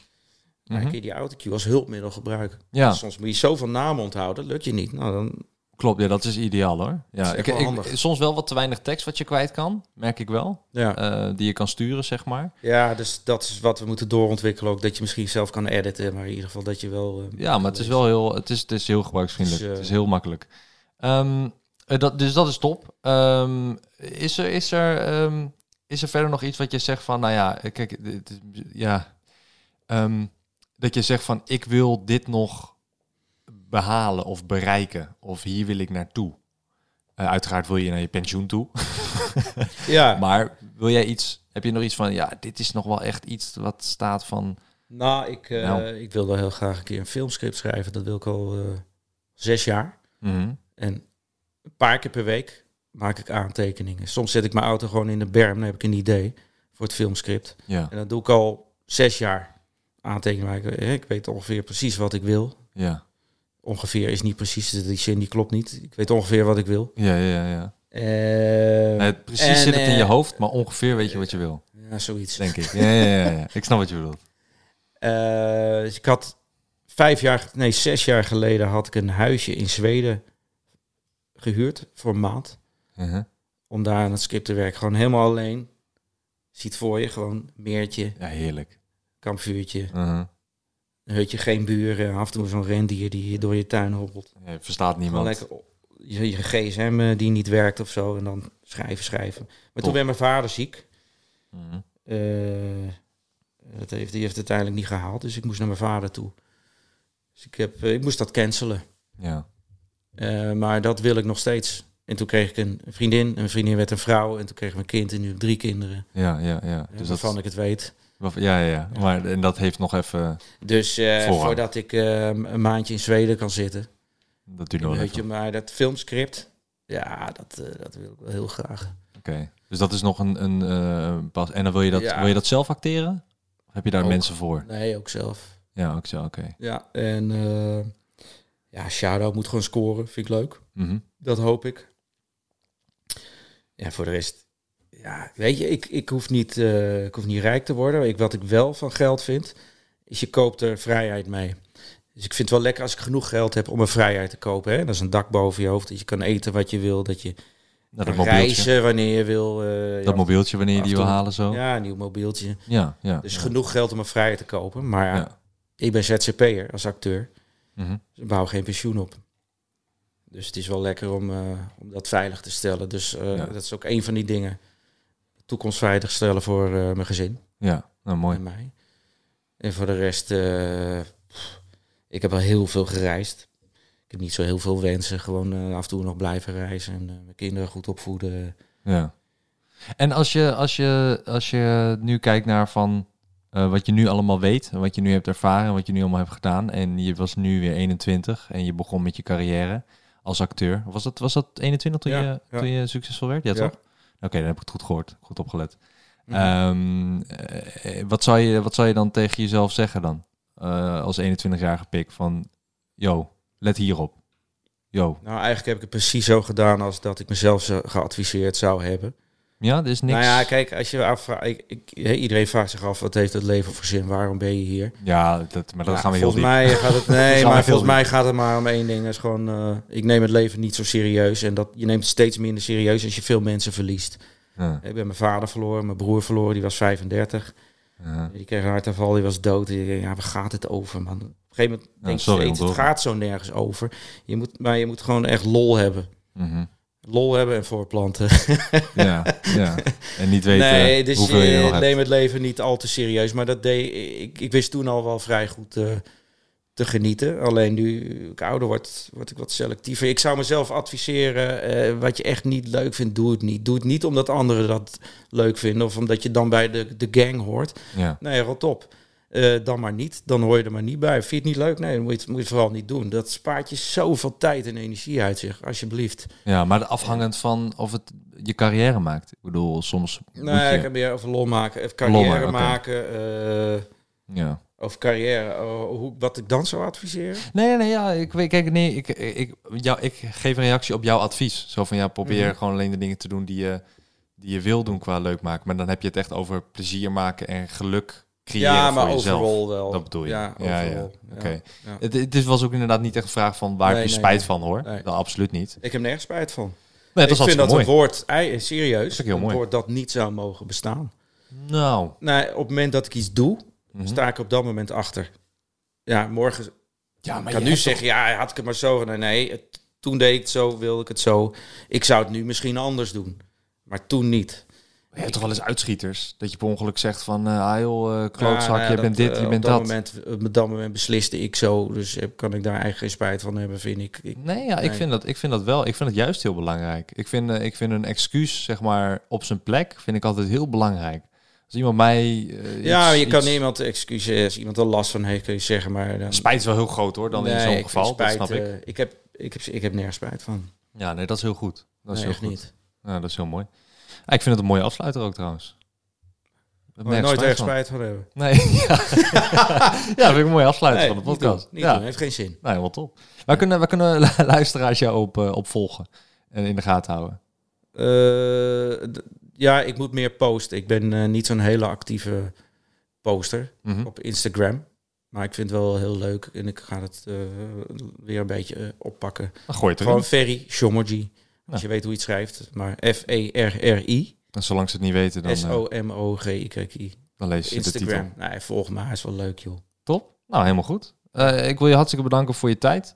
Speaker 5: dan kun je die autocue als hulpmiddel gebruiken.
Speaker 4: ja,
Speaker 5: Soms moet je zoveel namen onthouden, lukt je niet. Nou, dan
Speaker 4: klopt. Ja, dat is ideaal hoor. Ja,
Speaker 5: echt
Speaker 4: ik,
Speaker 5: wel
Speaker 4: ik-
Speaker 5: handig.
Speaker 4: soms wel wat te weinig tekst wat je kwijt kan, merk ik wel.
Speaker 5: Ja.
Speaker 4: Eh, die je kan sturen, zeg maar.
Speaker 5: ja, dus dat is wat we moeten doorontwikkelen ook. Dat je misschien zelf kan editen, maar in ieder geval dat je wel... eh,
Speaker 4: Ja, maar het is wel heel, het is, het is heel gebruiksvriendelijk.
Speaker 5: Dus, eh,
Speaker 4: het is heel makkelijk. Ehm, eh, dat, dus dat is top. Ehm, is, er, is, er, ehm, is er verder nog iets wat je zegt van, nou ja, eh, kijk, dit is- ja, ehm, dat je zegt van, ik wil dit nog behalen of bereiken of hier wil ik naartoe. Eh, uiteraard wil je naar je pensioen toe,
Speaker 5: Ja,
Speaker 4: maar wil jij iets? Heb je nog iets van, ja, dit is nog wel echt iets wat staat van,
Speaker 5: nou, ik, eh,
Speaker 4: Nou.
Speaker 5: ik wil wel heel graag een keer een filmscript schrijven. Dat wil ik al eh, zes jaar.
Speaker 4: mhm,
Speaker 5: En een paar keer per week maak ik aantekeningen. Soms zet ik mijn auto gewoon in de berm, dan heb ik een idee voor het filmscript.
Speaker 4: ja,
Speaker 5: En dat doe ik al zes jaar aantekeningen maken. Eh, Ik weet ongeveer precies wat ik wil.
Speaker 4: ja,
Speaker 5: Ongeveer is niet precies, die zin die klopt niet. Ik weet ongeveer wat ik wil.
Speaker 4: ja, ja, ja.
Speaker 5: Eh,
Speaker 4: Nee, het- precies
Speaker 5: en,
Speaker 4: zit het in je
Speaker 5: eh,
Speaker 4: hoofd, maar ongeveer weet je wat je wil,
Speaker 5: Ja, zoiets.
Speaker 4: denk ik. Ja, ja, ja, ja. Ik snap wat je bedoelt.
Speaker 5: Eh, dus ik had vijf jaar, nee, zes jaar geleden had ik een huisje in Zweden gehuurd voor een maand.
Speaker 4: Mhm.
Speaker 5: Om daar aan het script te werken. Gewoon helemaal alleen. Ziet voor je, gewoon meertje,
Speaker 4: Ja, heerlijk.
Speaker 5: kampvuurtje,
Speaker 4: Mhm.
Speaker 5: een hutje, geen buren. Af en toe zo'n rendier die door je tuin hobbelt.
Speaker 4: Ja, je verstaat
Speaker 5: Gewoon
Speaker 4: niemand.
Speaker 5: lekker op- je, je gsm eh, die niet werkt of zo. En dan schrijven, schrijven. Maar
Speaker 4: Top.
Speaker 5: toen werd mijn vader ziek.
Speaker 4: Mhm.
Speaker 5: Eh, dat heeft, die heeft het uiteindelijk niet gehaald. Dus ik moest naar mijn vader toe. Dus ik, heb, eh, ik moest dat cancelen.
Speaker 4: Ja.
Speaker 5: Eh, maar dat wil ik nog steeds. En toen kreeg ik een vriendin. En mijn vriendin werd een vrouw. En toen kregen we een kind. En nu heb ik drie kinderen.
Speaker 4: Ja, ja, ja.
Speaker 5: Dus
Speaker 4: Dus dat,
Speaker 5: waarvan ik het weet.
Speaker 4: waarvan- ja, ja, ja. Maar, en dat heeft nog even...
Speaker 5: Dus eh,
Speaker 4: Voorrang.
Speaker 5: voordat ik eh, een maandje in Zweden kan zitten.
Speaker 4: Dat duurt nog wel
Speaker 5: Weet je,
Speaker 4: even.
Speaker 5: maar dat filmscript. Ja, dat, eh, dat wil ik wel heel graag.
Speaker 4: Oké. Dus dat is nog een... een eh, pas. En dan wil je, dat,
Speaker 5: Ja.
Speaker 4: wil je dat zelf acteren? Of heb je daar
Speaker 5: Ook.
Speaker 4: mensen voor?
Speaker 5: Nee, ook zelf.
Speaker 4: Ja, ook zo, oké.
Speaker 5: Ja, en eh, ja, Shadow moet gewoon scoren. Vind ik leuk.
Speaker 4: Mhm.
Speaker 5: Dat hoop ik. Ja, voor de rest. Ja, weet je, ik, ik, hoef niet, eh, ik hoef niet rijk te worden. Ik, wat ik wel van geld vind, is je koopt er vrijheid mee. Dus ik vind het wel lekker als ik genoeg geld heb om een vrijheid te kopen. Hè? Dat is een dak boven je hoofd, dat je kan eten wat je wil, dat je
Speaker 4: Nou, dat
Speaker 5: kan
Speaker 4: mobieltje.
Speaker 5: reizen wanneer je wil. eh,
Speaker 4: Dat
Speaker 5: ja,
Speaker 4: mobieltje, wanneer je die
Speaker 5: af
Speaker 4: wil
Speaker 5: en toe-
Speaker 4: halen zo. Ja,
Speaker 5: Ja, een nieuw mobieltje.
Speaker 4: ja. ja.
Speaker 5: Dus genoeg geld om een vrijheid te kopen. Maar ja,
Speaker 4: Ja.
Speaker 5: ik ben zzp'er als acteur.
Speaker 4: Mhm.
Speaker 5: Ze bouwen geen pensioen op. Dus het is wel lekker om, eh, om dat veilig te stellen. Dus eh,
Speaker 4: Ja.
Speaker 5: dat is ook een van die dingen. De Toekomst veilig stellen voor eh, mijn gezin
Speaker 4: Ja, nou mooi.
Speaker 5: en mij. En voor de rest, eh, pff, ik heb al heel veel gereisd. Ik heb niet zo heel veel wensen. Gewoon eh, af en toe nog blijven reizen en eh, mijn kinderen goed opvoeden.
Speaker 4: Ja. En als je, als je, als je nu kijkt naar van eh, wat je nu allemaal weet, en wat je nu hebt ervaren, en wat je nu allemaal hebt gedaan, en je was nu weer 21 en je begon met je carrière als acteur. Was dat, was dat 21 toen,
Speaker 5: Ja,
Speaker 4: je,
Speaker 5: ja.
Speaker 4: toen je succesvol werd? Ja,
Speaker 5: Ja. Mhm.
Speaker 4: toch? Oké, dan heb ik het goed gehoord, goed opgelet. Ehm, eh, wat, zou je, wat zou je dan tegen jezelf zeggen dan? Eh, als 21-jarige pik van, yo, let hierop. Yo.
Speaker 5: Nou, eigenlijk heb ik het precies zo gedaan als dat ik mezelf zo geadviseerd zou hebben.
Speaker 4: Ja, er is niks.
Speaker 5: Nou ja, kijk, als je afvraagt, ik, ik- hè, iedereen vraagt zich af, wat heeft het leven voor zin? Waarom ben je hier?
Speaker 4: ja dat, maar dat
Speaker 5: Nou,
Speaker 4: gaan we heel diep.
Speaker 5: volgens mij gaat het, nee,
Speaker 4: gaan we
Speaker 5: maar
Speaker 4: heel diep.
Speaker 5: volgens mij gaat het maar om één ding. Dat is gewoon, eh, ik neem het leven niet zo serieus en dat je neemt het steeds minder serieus als je veel mensen verliest. Ik ben mijn vader verloren, mijn broer verloren, die was 35. Die kreeg een hartaanval, die was dood. En je denkt, ja, waar gaat het over, man? Op een gegeven moment denk je
Speaker 4: sorry,
Speaker 5: steeds, het
Speaker 4: onthoor.
Speaker 5: gaat zo nergens over. Je moet, maar je moet gewoon echt lol hebben. Lol hebben en voorplanten.
Speaker 4: Mhm. Ja, ja. En niet weten
Speaker 5: nee, dus
Speaker 4: hoeveel je,
Speaker 5: eh,
Speaker 4: nog
Speaker 5: neem
Speaker 4: hebt.
Speaker 5: het leven niet al te serieus. Maar dat deed, ik, ik wist toen al wel vrij goed eh, te genieten. Alleen nu ik ouder word, word ik wat selectiever. Ik zou mezelf adviseren, eh, wat je echt niet leuk vindt, doe het niet. Doe het niet omdat anderen dat leuk vinden of omdat je dan bij de, de gang hoort.
Speaker 4: Ja.
Speaker 5: Nee, rot op. Eh, dan maar niet. Dan hoor je er maar niet bij. Vind je het niet leuk? Nee, dan moet je het, moet je het vooral niet doen. Dat spaart je zoveel tijd en energie uit zich, alsjeblieft.
Speaker 4: ja, maar afhangend van of het je carrière maakt. Ik bedoel, soms moet
Speaker 5: Nee,
Speaker 4: je-
Speaker 5: ik heb meer over lol maken,
Speaker 4: Lol
Speaker 5: even carrière
Speaker 4: maken, oké.
Speaker 5: maken. eh,
Speaker 4: ja.
Speaker 5: Of carrière, eh, hoe, wat ik dan zou adviseren?
Speaker 4: Nee, nee, nee, ja, ik weet, kijk, nee, ik, ik, jou, ik geef een reactie op jouw advies. Zo van, ja, probeer
Speaker 5: Mhm.
Speaker 4: gewoon alleen de dingen te doen die je, die je wil doen qua leuk maken. Maar dan heb je het echt over plezier maken en geluk creëren
Speaker 5: Ja,
Speaker 4: voor
Speaker 5: maar
Speaker 4: jezelf.
Speaker 5: overal wel.
Speaker 4: Dat bedoel je?
Speaker 5: Ja, overal.
Speaker 4: Oké.
Speaker 5: Ja, ja.
Speaker 4: Het, het is- was ook inderdaad niet echt een vraag van waar
Speaker 5: Nee,
Speaker 4: heb je
Speaker 5: nee,
Speaker 4: spijt
Speaker 5: nee.
Speaker 4: van, hoor.
Speaker 5: Nee.
Speaker 4: Dat absoluut niet.
Speaker 5: Ik heb nergens spijt van.
Speaker 4: Nee, dat
Speaker 5: ik
Speaker 4: is
Speaker 5: vind
Speaker 4: altijd
Speaker 5: dat
Speaker 4: mooi.
Speaker 5: het woord, ei, serieus,
Speaker 4: is ook heel
Speaker 5: een
Speaker 4: mooi.
Speaker 5: woord dat niet zou mogen bestaan.
Speaker 4: Nou,
Speaker 5: Nou, op het moment dat ik iets doe,
Speaker 4: Mhm.
Speaker 5: sta ik op dat moment achter. Ja, morgen
Speaker 4: ja, maar
Speaker 5: Ik kan nu zeggen, ja, had ik het maar zo gedaan. Nee, het- toen deed ik het zo, wilde ik het zo. Ik zou het nu misschien anders doen. Maar toen niet.
Speaker 4: je hebt toch wel eens uitschieters? Dat je per ongeluk zegt van, eh ah joh, eh, klootzak,
Speaker 5: Ja, nou ja,
Speaker 4: je
Speaker 5: dat,
Speaker 4: bent dit,
Speaker 5: eh,
Speaker 4: je bent
Speaker 5: op dat.
Speaker 4: dat.
Speaker 5: Moment, op dat moment besliste ik zo. Dus heb- kan ik daar eigenlijk geen spijt van hebben, vind ik. ik
Speaker 4: Nee, ja, Ik,
Speaker 5: Nee.
Speaker 4: vind dat, ik vind dat wel. Ik vind het juist heel belangrijk. Ik vind, eh, ik vind een excuus, zeg maar, op zijn plek, vind ik altijd heel belangrijk. Als iemand mij... eh,
Speaker 5: ja,
Speaker 4: iets-
Speaker 5: je kan
Speaker 4: iets-
Speaker 5: iemand excuses, als iemand er last van heeft, kun je zeggen. Maar dan,
Speaker 4: Spijt is wel heel groot hoor, dan in
Speaker 5: Nee,
Speaker 4: zo'n
Speaker 5: ik-
Speaker 4: geval,
Speaker 5: spijt,
Speaker 4: dat snap ik.
Speaker 5: eh, ik, heb, ik, heb, ik heb nergens spijt van.
Speaker 4: Ja, nee, dat is heel goed. Dat is
Speaker 5: Nee,
Speaker 4: heel
Speaker 5: echt
Speaker 4: goed.
Speaker 5: niet.
Speaker 4: Ja, dat is heel mooi. Ah, ik vind het een mooie afsluiter ook trouwens. Ik heb
Speaker 5: Moet je nooit ergens
Speaker 4: van.
Speaker 5: spijt van hebben.
Speaker 4: Nee, ja. ja, vind ik een mooie afsluiter van de
Speaker 5: niet
Speaker 4: podcast.
Speaker 5: doen, niet
Speaker 4: ja,
Speaker 5: doen, heeft geen zin.
Speaker 4: nee, wel Nou, top. Waar kunnen, waar kunnen luisteraars jou op, eh, op volgen en in de gaten houden?
Speaker 5: Eh, d- ja, ik moet meer posten. Ik ben eh, niet zo'n hele actieve poster
Speaker 4: Mhm.
Speaker 5: op Instagram. Maar ik vind het wel heel leuk en ik ga het eh, weer een beetje eh, oppakken.
Speaker 4: Dan gooi je het erin.
Speaker 5: Gewoon Ferry Shomoji. Als
Speaker 4: Ja.
Speaker 5: je weet hoe je het schrijft. Maar E F-E-R-R-I.
Speaker 4: En zolang ze het niet weten, dan, eh,
Speaker 5: S-O-M-O-G-Y-I.
Speaker 4: dan lees je de titel.
Speaker 5: Instagram. Nee, volg me. Hij is wel leuk, joh.
Speaker 4: Top. Nou, helemaal goed. Eh, ik wil je hartstikke bedanken voor je tijd.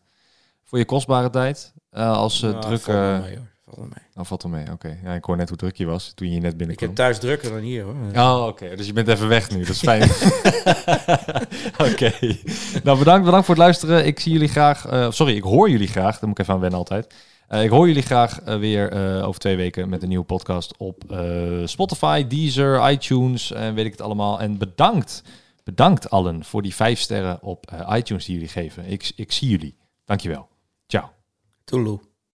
Speaker 4: Voor je kostbare tijd. Eh, als eh,
Speaker 5: Nou,
Speaker 4: druk...
Speaker 5: Valt wel
Speaker 4: eh
Speaker 5: mee, hoor. Valt wel mee.
Speaker 4: nou, valt er mee. Oké. Ja, ik hoor net hoe druk je was toen je hier net
Speaker 5: Ik
Speaker 4: binnenkwam.
Speaker 5: heb thuis drukker dan hier, hoor.
Speaker 4: Oh, oké. Dus je bent even weg nu. Dat is fijn. oké. Nou, bedankt, bedankt voor het luisteren. Ik zie jullie graag... eh, sorry, ik hoor jullie graag. Daar moet ik even aan wennen altijd. Eh, ik hoor jullie graag eh, weer eh, over twee weken met een nieuwe podcast op eh, Spotify, Deezer, iTunes en weet ik het allemaal. En bedankt, bedankt allen voor die vijf sterren op eh, iTunes die jullie geven. Ik, ik zie jullie. Dankjewel. Ciao.
Speaker 5: Toeloe.